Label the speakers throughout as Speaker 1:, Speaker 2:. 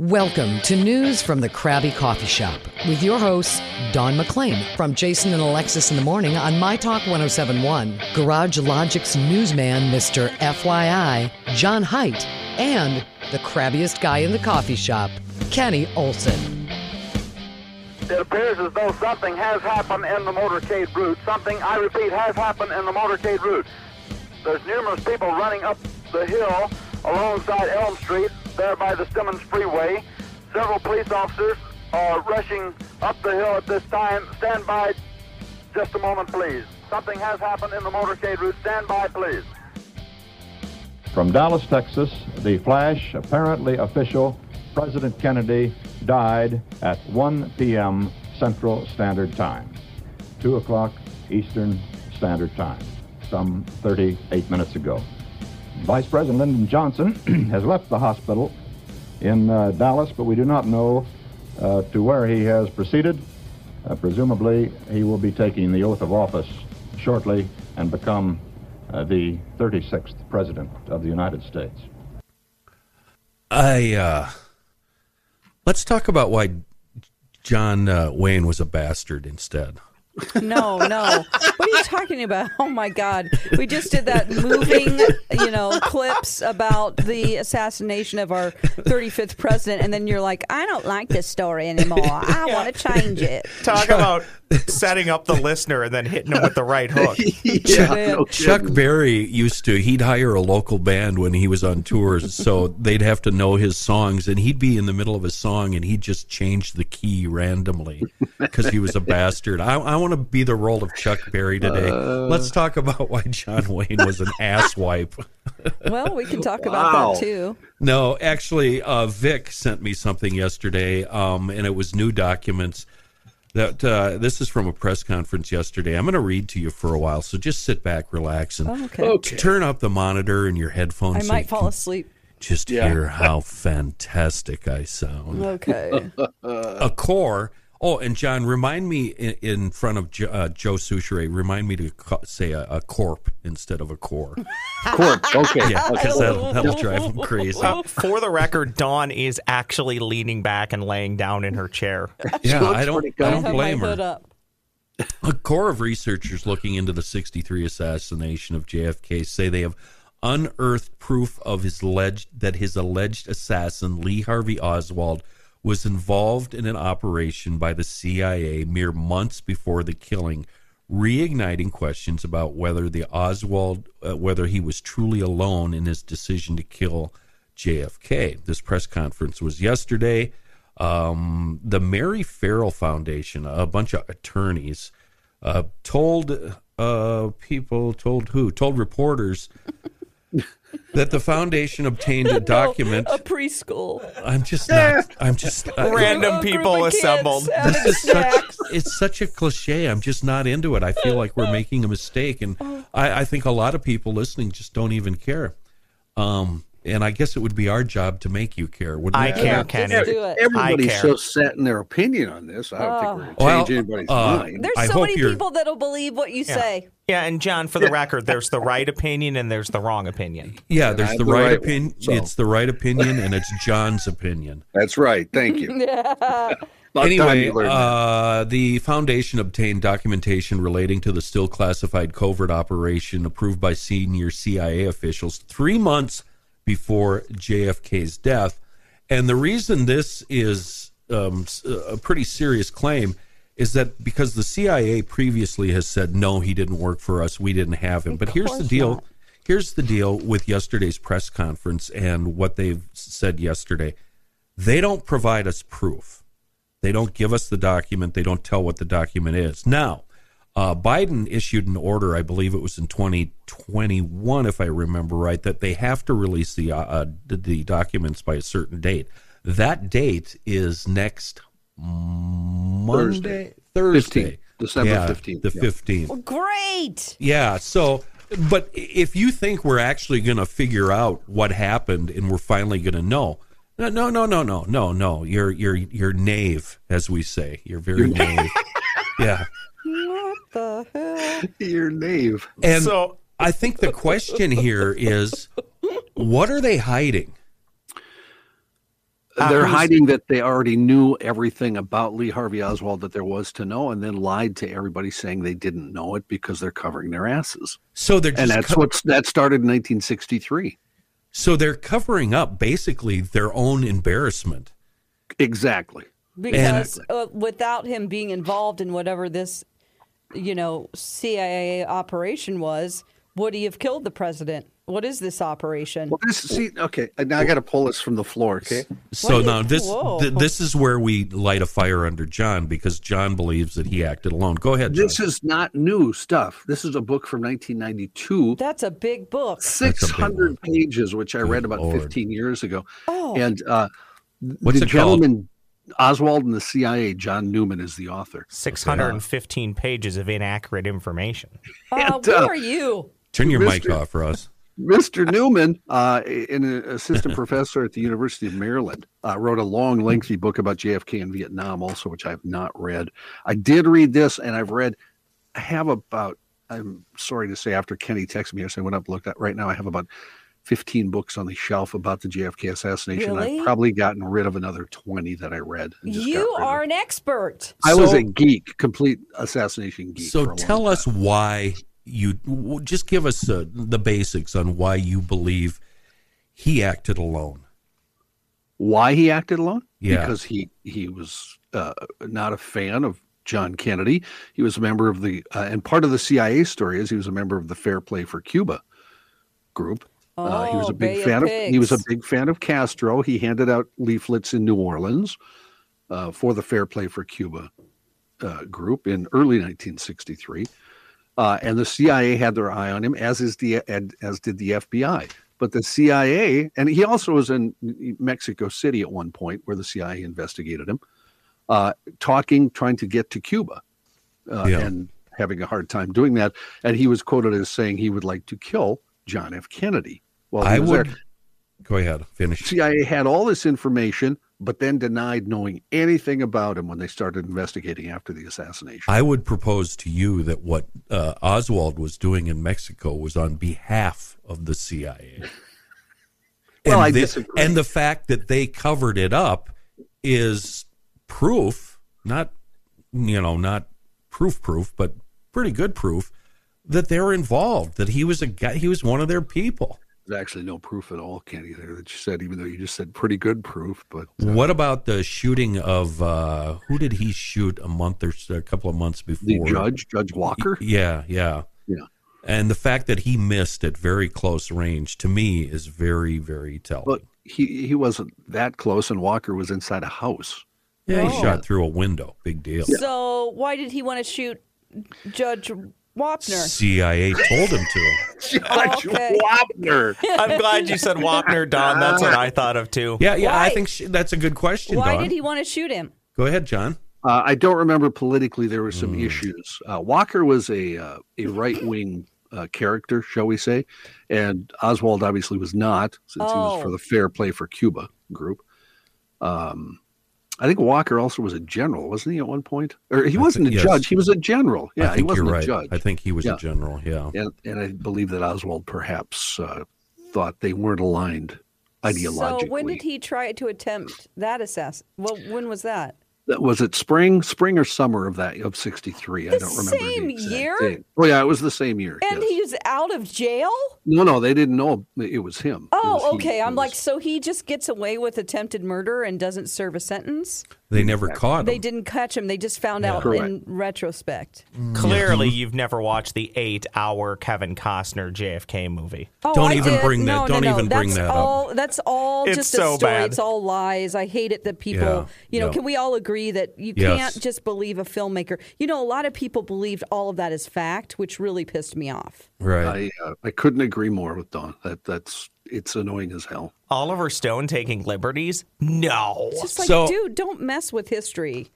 Speaker 1: Welcome to News from the Krabby Coffee Shop with your hosts, Don McClain from Jason and Alexis in the Morning on My Talk 1071, Garage Logic's newsman, Mr. FYI, John Height, and the crabbiest guy in the coffee shop, Kenny Olson.
Speaker 2: It appears as though something has happened in the motorcade route. Something, I repeat, has happened in the motorcade route. There's numerous people running up the hill alongside Elm Street, there by the Simmons Freeway. Several police officers are rushing up the hill at this time. Stand by just a moment, please. Something has happened in the motorcade route. Stand by, please.
Speaker 3: From Dallas, Texas, the flash, apparently official, President Kennedy died at 1 p.m. Central Standard Time, 2 o'clock Eastern Standard Time, some 38 minutes ago. Vice President Lyndon Johnson has left the hospital in uh, Dallas, but we do not know uh, to where he has proceeded. Uh, presumably, he will be taking the oath of office shortly and become uh, the 36th President of the United States.
Speaker 4: I, uh, let's talk about why John uh, Wayne was a bastard instead.
Speaker 5: No, no. What are you talking about? Oh my God. We just did that moving, you know, clips about the assassination of our 35th president. And then you're like, I don't like this story anymore. I
Speaker 6: Yeah.
Speaker 5: want to change it.
Speaker 6: Talk about setting up the listener and then hitting him with the right hook.
Speaker 5: Yeah.
Speaker 4: Chuck Berry used to he'd hire a local band when he was on tours, so they'd have to know his songs, and he'd be in the middle of a song and he'd just change the key randomly because he was a bastard. I, I want to be the role of Chuck Berry today. Let's talk about why John Wayne was an asswipe.
Speaker 5: Well, we can talk
Speaker 7: Wow.
Speaker 5: about that too.
Speaker 4: No, actually, uh, Vic sent me something yesterday, um, and it was new documents. That uh, this is from a press conference yesterday. I'm going to read to you for a while, so just sit back, relax, and
Speaker 5: Oh, okay.
Speaker 4: turn up the monitor and your
Speaker 5: I
Speaker 4: headphones. so you
Speaker 5: might fall
Speaker 4: can
Speaker 5: asleep.
Speaker 4: Just hear how fantastic I sound.
Speaker 6: Uh,
Speaker 5: Okay.
Speaker 4: A core. Oh, and John, remind me in, in front of jo, uh, Joe Souchere, remind me to co- say a, a corp instead of a core.
Speaker 7: Corp. Okay.
Speaker 4: Yeah,
Speaker 7: okay.
Speaker 4: because that'll, that'll drive him crazy.
Speaker 6: Uh, for the record, Dawn is actually leaning back and laying down in her chair.
Speaker 4: Yeah,
Speaker 7: looks
Speaker 4: I don't,
Speaker 7: pretty
Speaker 4: I
Speaker 5: I
Speaker 4: don't
Speaker 5: have my
Speaker 4: blame her.
Speaker 5: hood up.
Speaker 4: A core of researchers looking into the 63 assassination of JFK say they have unearthed proof of his alleged that his alleged assassin Lee Harvey Oswald was involved in an operation by the CIA mere months before the killing, reigniting questions about whether the Oswald uh, whether he was truly alone in his decision to kill JFK. This press conference was yesterday. Um, the Mary Farrell Foundation, a bunch of attorneys, uh, told uh, people, told who, told reporters that the foundation obtained a document.
Speaker 5: A preschool.
Speaker 4: I'm just not. I'm just. I,
Speaker 5: A
Speaker 6: Random
Speaker 5: group
Speaker 6: people
Speaker 5: of kids
Speaker 6: assembled.
Speaker 5: having
Speaker 4: this is such.
Speaker 5: snacks.
Speaker 4: It's such a cliche. I'm just not into it. I feel like we're making a mistake, and
Speaker 6: Oh.
Speaker 4: I, I think a lot of people listening just don't even care. Um, and I guess it would be our job to make you care. Wouldn't
Speaker 6: I
Speaker 4: it?
Speaker 6: care,
Speaker 5: Let's
Speaker 6: Kenny.
Speaker 5: do it.
Speaker 6: I
Speaker 7: Everybody's
Speaker 6: care.
Speaker 7: so set in their opinion on this. I don't think we're going to
Speaker 4: Oh. Well,
Speaker 7: change anybody's
Speaker 4: uh,
Speaker 7: mind.
Speaker 5: There's
Speaker 4: I
Speaker 5: so
Speaker 4: hope
Speaker 5: many
Speaker 4: you're-
Speaker 5: people that'll believe what you say.
Speaker 6: Yeah, and John, for the record, there's the right opinion and there's the wrong opinion.
Speaker 4: Yeah,
Speaker 7: I
Speaker 4: there's
Speaker 7: have
Speaker 4: the
Speaker 7: the
Speaker 4: right,
Speaker 7: right
Speaker 4: opinion.
Speaker 7: one, so.
Speaker 4: It's the right opinion, and it's John's opinion.
Speaker 7: That's right. Thank you. About time
Speaker 4: anyway,
Speaker 7: you learned that.
Speaker 4: uh, the foundation obtained documentation relating to the still classified covert operation approved by senior CIA officials three months before JFK's death. And the reason this is um, s- a pretty serious claim is that because the CIA previously has said, no, he didn't work for us, we didn't have him. but here's the deal. Here's the deal with yesterday's press conference and what they've s- said yesterday. They don't provide us proof. They don't give us the document. They don't tell what the document is. Now, uh, Biden issued an order, I believe it was in 2021, if I remember right, that they have to release the uh, uh, the- the documents by a certain date. That date is next Monday, Thursday,
Speaker 7: 15th, December
Speaker 4: Yeah,
Speaker 7: 15th,
Speaker 4: the
Speaker 7: yeah.
Speaker 4: fifteenth.
Speaker 5: Great.
Speaker 4: Yeah. So, but if you think we're actually going to figure out what happened and we're finally going to know, no, no, no, no, no, no, no. You're you're you're naive, as we say. You're very naive. yeah.
Speaker 5: What the hell?
Speaker 7: Your nave.
Speaker 4: And
Speaker 6: So-
Speaker 4: I think the question here is, what are they hiding? uh,
Speaker 7: They're hiding that they already knew everything about Lee Harvey Oswald that there was to know, and then lied to everybody saying they didn't know it because they're covering their asses.
Speaker 4: So they're just
Speaker 7: And that's
Speaker 4: co-
Speaker 7: what's that started in 1963.
Speaker 4: so they're covering up basically their own embarrassment.
Speaker 7: Exactly.
Speaker 5: Because uh, without him being involved in whatever this, you know, CIA operation was, would he have killed the president? What is this operation?
Speaker 7: Well, this see, okay, now I got to pull this from the floor. Okay,
Speaker 4: So
Speaker 5: What?
Speaker 4: now this
Speaker 5: Whoa.
Speaker 4: th- this is where we light a fire under John because John believes that he acted alone. Go ahead, John.
Speaker 7: this is not new stuff. This is a book from 1992.
Speaker 5: That's a big book.
Speaker 7: six hundred pages, which I read about
Speaker 4: Oh, Lord.
Speaker 7: fifteen years ago. And uh,
Speaker 4: What's
Speaker 7: the
Speaker 4: it called?
Speaker 7: gentleman Oswald and the CIA, John Newman is the author.
Speaker 6: 615 pages of inaccurate information.
Speaker 5: Uh, where are you?
Speaker 4: Turn your mic
Speaker 7: Mr.
Speaker 4: off, Ross.
Speaker 7: Mr. Newman, uh, an assistant professor at the University of Maryland, uh, wrote a long, lengthy book about JFK and Vietnam, also, which I've not read. I did read this, and I've read, I have about, I'm sorry to say, after Kenny texted me, yesterday, I went up and looked at right now, I have about 15 books on the shelf about the JFK assassination.
Speaker 5: Really?
Speaker 7: I've probably gotten rid of another 20 that I read. and just
Speaker 5: You
Speaker 7: got rid of.
Speaker 5: are an expert.
Speaker 7: I was
Speaker 4: So-
Speaker 7: a geek, complete assassination geek.
Speaker 4: So
Speaker 7: for a
Speaker 4: tell
Speaker 7: long
Speaker 4: us why you w- just give us uh, the basics on why you believe he acted alone.
Speaker 7: why he acted alone
Speaker 4: Yeah.
Speaker 7: because he he was uh, not a fan of john kennedy he was a member of the uh, and part of the cia story is he was a member of the fair play for cuba group uh, he was
Speaker 5: Oh,
Speaker 7: a big
Speaker 5: Bay of
Speaker 7: fan of, he was a
Speaker 5: Pigs.
Speaker 7: big fan of castro he handed out leaflets in new orleans uh, for the fair play for cuba uh, group in early 1963 uh, and the CIA had their eye on him, as is the and- as did the FBI. But the CIA, and he also was in Mexico City at one point, where the CIA investigated him, uh, talking, trying to get to Cuba, uh,
Speaker 4: Yeah.
Speaker 7: and having a hard time doing that. And he was quoted as saying he would like to kill John F. Kennedy. Well,
Speaker 4: I would go ahead finish.
Speaker 7: CIA had all this information, but then denied knowing anything about him when they started investigating after the assassination.
Speaker 4: I would propose to you that what uh, Oswald was doing in Mexico was on behalf of the CIA.
Speaker 7: Well,
Speaker 4: and
Speaker 7: I
Speaker 4: the,
Speaker 7: disagree.
Speaker 4: And the fact that they covered it up is proof, not you know, not proof proof, but pretty good proof that they're involved, that he was a guy he was one of their people.
Speaker 7: There's actually no proof at all, Kenny, there that you said, even though you just said pretty good proof. But
Speaker 4: What about the shooting of uh, who did he shoot a month or so, a couple of months
Speaker 7: the
Speaker 4: before?
Speaker 7: judge, Judge Walker,
Speaker 4: Yeah, yeah.
Speaker 7: Yeah.
Speaker 4: And the fact that he missed at very close range to me is very, very telling.
Speaker 7: but he, he wasn't that close, and Walker was inside a house.
Speaker 4: yeah, he
Speaker 5: Oh.
Speaker 4: shot through a window. Big deal.
Speaker 5: So why did he want to shoot Judge Wapner?
Speaker 4: CIA told him to.
Speaker 7: Judge
Speaker 5: Oh, Okay.
Speaker 7: Wapner.
Speaker 6: I'm glad you said Wapner, Don. That's what I thought of too.
Speaker 4: Yeah, yeah. I
Speaker 5: Why-
Speaker 4: think she, that's a good question,
Speaker 5: Why
Speaker 4: Don.
Speaker 5: did he want to shoot him?
Speaker 4: Go ahead, John.
Speaker 7: Uh, I don't remember politically. There were
Speaker 4: Mm.
Speaker 7: some issues. Uh, Walker was a uh, a right wing uh, character, shall we say, and Oswald obviously was not, since he was for
Speaker 5: Oh.
Speaker 7: the Fair Play for Cuba group. Um, I think Walker also was a general, wasn't he? At one point, or he wasn't a
Speaker 4: yes.
Speaker 7: judge. He was a general. Yeah,
Speaker 4: I
Speaker 7: he
Speaker 4: think
Speaker 7: wasn't
Speaker 4: you're
Speaker 7: a
Speaker 4: right.
Speaker 7: judge.
Speaker 4: I think he was
Speaker 7: Yeah.
Speaker 4: a general. Yeah.
Speaker 7: and, and I believe that Oswald perhaps uh, thought they weren't aligned ideologically.
Speaker 5: So when did he try to attempt that assassin? Well, when was that?
Speaker 7: That was it spring, spring or summer of that of '63. I
Speaker 5: The
Speaker 7: don't remember. the
Speaker 5: same
Speaker 7: exact
Speaker 5: year?
Speaker 7: date. Oh yeah, it was the same year.
Speaker 5: And
Speaker 7: yes.
Speaker 5: he's out of jail?
Speaker 7: no, no, they didn't know it was him. It
Speaker 5: Oh,
Speaker 7: was he.
Speaker 5: okay.
Speaker 7: It
Speaker 5: I'm
Speaker 7: was-
Speaker 5: like, so he just gets away with attempted murder and doesn't serve a sentence?
Speaker 4: They never caught him.
Speaker 5: They didn't catch him. They just found out
Speaker 7: Oh. Correct.
Speaker 5: in retrospect.
Speaker 6: Clearly, you've never watched the eight-hour Kevin Costner JFK movie.
Speaker 5: Oh,
Speaker 4: Don't
Speaker 5: I
Speaker 4: even
Speaker 5: did.
Speaker 4: bring that-
Speaker 5: No, no,
Speaker 4: don't
Speaker 5: no.
Speaker 4: even bring
Speaker 5: That's
Speaker 4: that up.
Speaker 5: all, That's all
Speaker 6: It's
Speaker 5: just
Speaker 6: so
Speaker 5: a story.
Speaker 6: bad.
Speaker 5: It's all lies. I hate it that people,
Speaker 4: Yeah,
Speaker 5: you know,
Speaker 4: yeah.
Speaker 5: can we all agree agree that you
Speaker 4: Yes.
Speaker 5: can't just believe a filmmaker. You know, a lot of people believed all of that is fact, which really pissed me off.
Speaker 4: Right.
Speaker 7: I uh, I couldn't agree more with Don. That that's it's annoying as hell.
Speaker 4: Oh,
Speaker 6: Oliver Stone taking liberties? No.
Speaker 5: It's just like,
Speaker 4: So-
Speaker 5: dude, don't mess with history.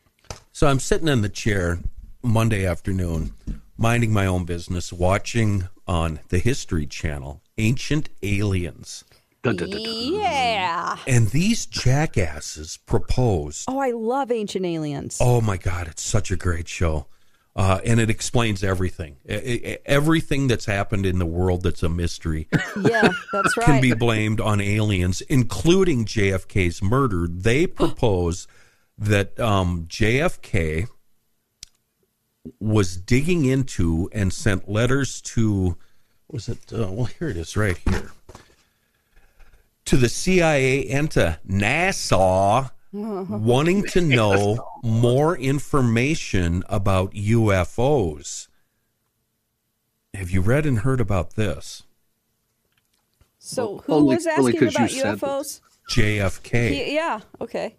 Speaker 4: So I'm sitting in the chair Monday afternoon, minding my own business, watching on the History Channel Ancient Aliens.
Speaker 7: Dun, dun, dun, dun.
Speaker 5: Yeah.
Speaker 4: And these jackasses proposed.
Speaker 5: Oh, I love Ancient Aliens.
Speaker 4: Oh my God, it's such a great show. Uh, and it explains everything. E- e- everything that's happened in the world that's a mystery
Speaker 5: Yeah, that's right.
Speaker 4: can be blamed on aliens, including JFK's murder. They propose that um, JFK was digging into and sent letters to, was it, uh, well, here it is right here, to the CIA and to NASA.
Speaker 5: Uh-huh.
Speaker 4: Wanting to know more information about UFOs. Have you read and heard about this?
Speaker 5: so who
Speaker 7: Only-
Speaker 5: was
Speaker 7: only
Speaker 5: asking
Speaker 7: 'cause you
Speaker 5: about
Speaker 7: said that.
Speaker 5: UFOs?
Speaker 4: JFK.
Speaker 5: He- yeah. Okay.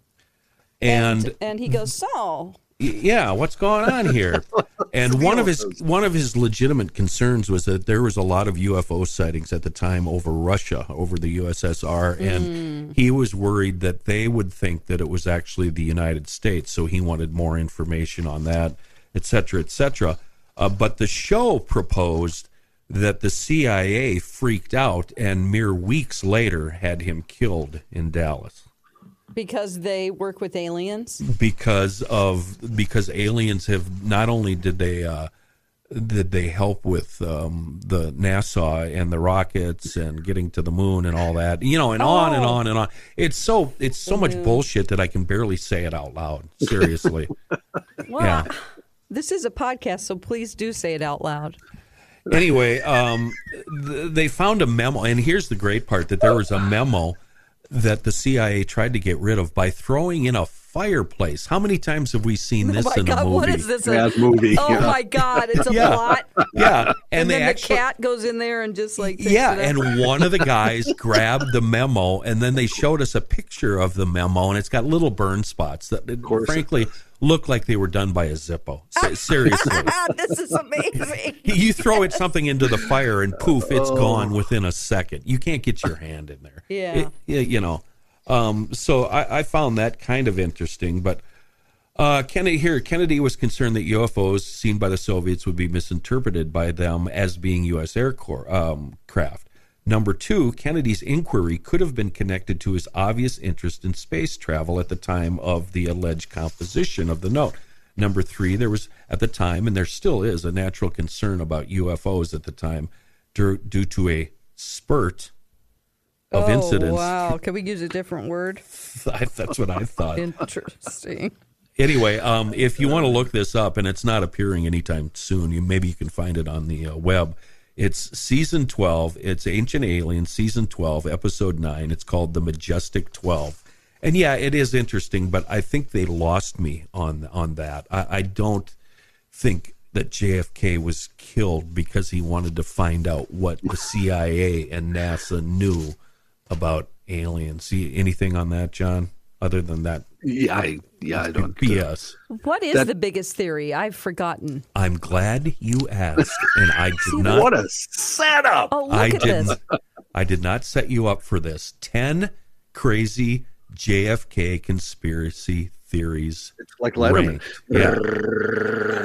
Speaker 4: and
Speaker 5: and he goes, so
Speaker 4: y- yeah, what's going on here? and one of his one of his legitimate concerns was that there was a lot of UFO sightings at the time over Russia, over the USSR, and he was worried that they would think that it was actually the United States. So he wanted more information on that, et cetera, et cetera. Uh, but the show proposed that the CIA freaked out and mere weeks later had him killed in Dallas.
Speaker 5: because they work with aliens.
Speaker 4: because of because aliens have not only did they uh, did they help with um, the NASA and the rockets and getting to the moon and all that you know and on
Speaker 5: Oh.
Speaker 4: and on and on it's so it's so much
Speaker 5: Mm-hmm.
Speaker 4: bullshit that I can barely say it out loud seriously
Speaker 5: Well,
Speaker 4: yeah
Speaker 5: this is a podcast, so please do say it out loud.
Speaker 4: anyway, um, th- they found a memo, and here's the great part: that there was a memo that the CIA tried to get rid of by throwing in a fireplace. How many times have we seen this
Speaker 5: oh
Speaker 4: in
Speaker 5: my
Speaker 4: a
Speaker 5: God,
Speaker 4: movie?
Speaker 5: what is this?
Speaker 7: Yeah, it's movie,
Speaker 5: Oh
Speaker 7: yeah.
Speaker 5: my God, it's a
Speaker 4: Yeah.
Speaker 5: plot.
Speaker 4: Yeah, and,
Speaker 5: And,
Speaker 4: they
Speaker 5: then
Speaker 4: actually.
Speaker 5: the cat goes in there and just like takes
Speaker 4: yeah,
Speaker 5: it up.
Speaker 4: and one of the guys grabbed the memo, and then they showed us a picture of the memo, and it's got little burn spots that,
Speaker 7: course it
Speaker 4: frankly, look like they were done by a Zippo. Se- seriously,
Speaker 5: Ah, this is amazing.
Speaker 4: you throw it something into the fire, and poof, it's
Speaker 7: Oh.
Speaker 4: gone within a second. You can't get your hand in there.
Speaker 5: Yeah.
Speaker 4: It- yeah, you know. Um, so I, I found that kind of interesting, but uh, Kennedy here. Kennedy was concerned that UFOs seen by the Soviets would be misinterpreted by them as being U.S. air corps um, craft. Number two, Kennedy's inquiry could have been connected to his obvious interest in space travel at the time of the alleged composition of the note. Number three, there was at the time, and there still is, a natural concern about UFOs at the time due, due to a spurt of
Speaker 5: oh,
Speaker 4: incidents.
Speaker 5: Wow, can we use a different word?
Speaker 4: That's what I thought.
Speaker 5: Interesting.
Speaker 4: anyway, um, if you want to look this up, and it's not appearing anytime soon, you maybe you can find it on the uh, web. It's season twelve. It's Ancient Aliens, season twelve, episode nine. It's called the Majestic Twelve. And yeah, it is interesting, but I think they lost me on on that. I, I don't think that JFK was killed because he wanted to find out what the CIA and NASA knew about aliens. See anything on that, John? Other than that
Speaker 7: Yeah, I, yeah, I don't. uh,
Speaker 4: BS.
Speaker 5: What is
Speaker 7: That-
Speaker 5: the biggest theory? I've forgotten.
Speaker 4: I'm glad you asked, and I did not.
Speaker 7: What a setup!
Speaker 5: Oh, look
Speaker 4: I
Speaker 5: at
Speaker 4: did
Speaker 5: this.
Speaker 4: not. I did not set you up for this. Ten crazy JFK conspiracy theories.
Speaker 7: It's like Letterman.
Speaker 4: ranked. Yeah,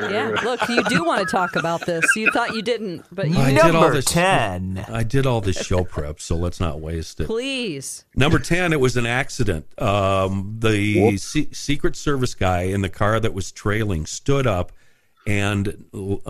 Speaker 5: Yeah, look, you do want to talk about this. You thought you didn't, but you
Speaker 4: I did all
Speaker 6: Number
Speaker 4: this.
Speaker 6: 10.
Speaker 4: I did all this show prep, so let's not waste it.
Speaker 5: please.
Speaker 4: Number 10, it was an accident. Um, the Se- Secret Service guy in the car that was trailing stood up and,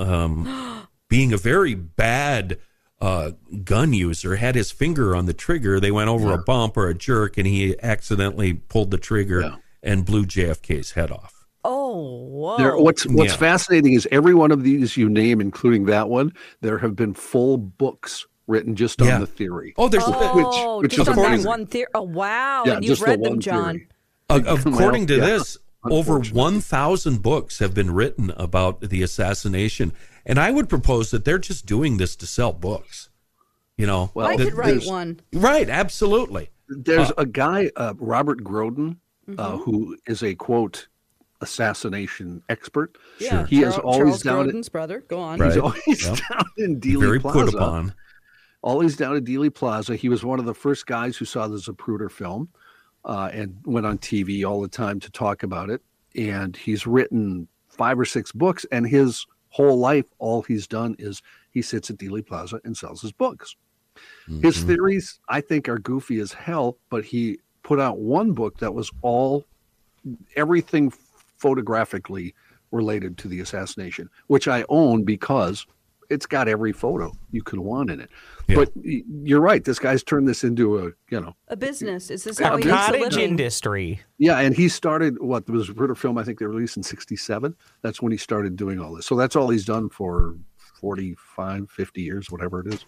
Speaker 4: um, being a very bad uh, gun user, had his finger on the trigger. They went over a bump or a jerk, and he accidentally pulled the trigger and blew JFK's head off.
Speaker 5: Oh, whoa.
Speaker 7: There, what's what's
Speaker 4: Yeah.
Speaker 7: fascinating is every one of these you name, including that one, there have been full books written just on
Speaker 4: Yeah.
Speaker 7: the theory.
Speaker 4: Oh, there's.
Speaker 5: oh,
Speaker 7: which
Speaker 5: just
Speaker 7: is
Speaker 5: on that
Speaker 7: amazing.
Speaker 5: one theory. Oh, wow.
Speaker 7: yeah,
Speaker 5: and you've
Speaker 7: just
Speaker 5: read
Speaker 7: the
Speaker 5: them,
Speaker 7: one
Speaker 5: John.
Speaker 7: theory.
Speaker 4: Uh, according to
Speaker 7: Well, yeah,
Speaker 4: this, over
Speaker 7: unfortunately.
Speaker 4: 1,000 books have been written about the assassination. And I would propose that they're just doing this to sell books. You know,
Speaker 7: Well,
Speaker 5: I
Speaker 4: that-
Speaker 5: could write
Speaker 7: there's-
Speaker 5: one.
Speaker 4: Right, absolutely.
Speaker 7: uh,
Speaker 5: Mm-hmm.
Speaker 7: There's a guy, uh, Robert Groden, uh, who is a quote assassination expert.
Speaker 5: Yeah,
Speaker 7: He is
Speaker 5: Charles- Charles
Speaker 7: always down.
Speaker 5: Grodin's brother. Go on.
Speaker 7: He's
Speaker 4: Right.
Speaker 7: always
Speaker 4: Yep.
Speaker 7: down in Dealey
Speaker 4: Very
Speaker 7: Plaza.
Speaker 4: put upon.
Speaker 7: Always down at Dealey Plaza. He was one of the first guys who saw the Zapruder film uh, and went on TV all the time to talk about it. And he's written five or six books, and his whole life, all he's done is he sits at Dealey Plaza and sells his books. His theories, I think, are goofy as hell, but he put out one book that was all everything photographically related to the assassination, which I own because it's got every photo you could want in it.
Speaker 4: Yeah.
Speaker 7: But y- you're right. This guy's turned this into a, you know,
Speaker 5: A business. Is this
Speaker 6: A
Speaker 5: how he makes a
Speaker 6: cottage
Speaker 5: living?
Speaker 6: industry.
Speaker 7: yeah. And he started what there was a Ritter film, I think they released in 67. That's when he started doing all this. So that's all he's done for 45, 50 years, whatever it is.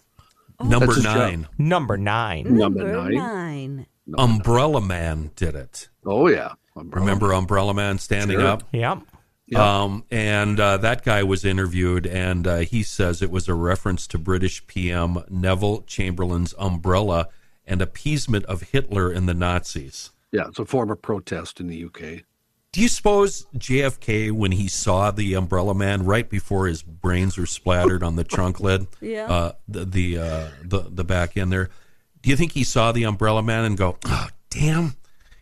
Speaker 4: Number
Speaker 7: Oh. That's his job.
Speaker 4: nine,
Speaker 6: Number
Speaker 5: Hmm.
Speaker 6: nine.
Speaker 7: Number
Speaker 5: Number
Speaker 7: nine.
Speaker 5: nine.
Speaker 4: Umbrella Man did it.
Speaker 7: Oh, yeah. Umbrella.
Speaker 4: Remember Umbrella Man standing
Speaker 7: Sure.
Speaker 4: up?
Speaker 6: Yep.
Speaker 4: Um, and uh, that guy was interviewed, and uh, he says it was a reference to British PM Neville Chamberlain's umbrella and appeasement of Hitler and the Nazis.
Speaker 7: Yeah. It's a form of protest in the UK.
Speaker 4: Do you suppose JFK, when he saw the Umbrella Man right before his brains were splattered on the trunk lid,
Speaker 5: Yeah.
Speaker 4: uh, the the, uh, the the back end there, do you think he saw the Umbrella Man and go, "Oh, damn,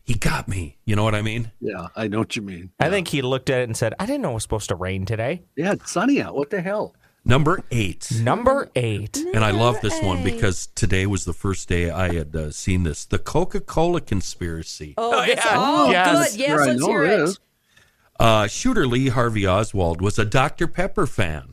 Speaker 4: he got me"? You know what I mean?
Speaker 7: Yeah. I know what you mean.
Speaker 6: I think he looked at it and said, I didn't know it was supposed to rain today.
Speaker 7: Yeah. It's sunny out. What the hell?
Speaker 4: Number eight.
Speaker 6: Number eight.
Speaker 4: And I love this one because today was the first day I had uh, seen this. The Coca Cola conspiracy.
Speaker 5: Oh, this-
Speaker 6: yeah.
Speaker 5: oh,
Speaker 6: Yes.
Speaker 5: good. Yes,
Speaker 7: Here I
Speaker 5: let's
Speaker 7: know
Speaker 5: hear
Speaker 7: it
Speaker 5: it.
Speaker 7: is.
Speaker 4: Uh, shooter Lee Harvey Oswald was a Dr. Pepper fan.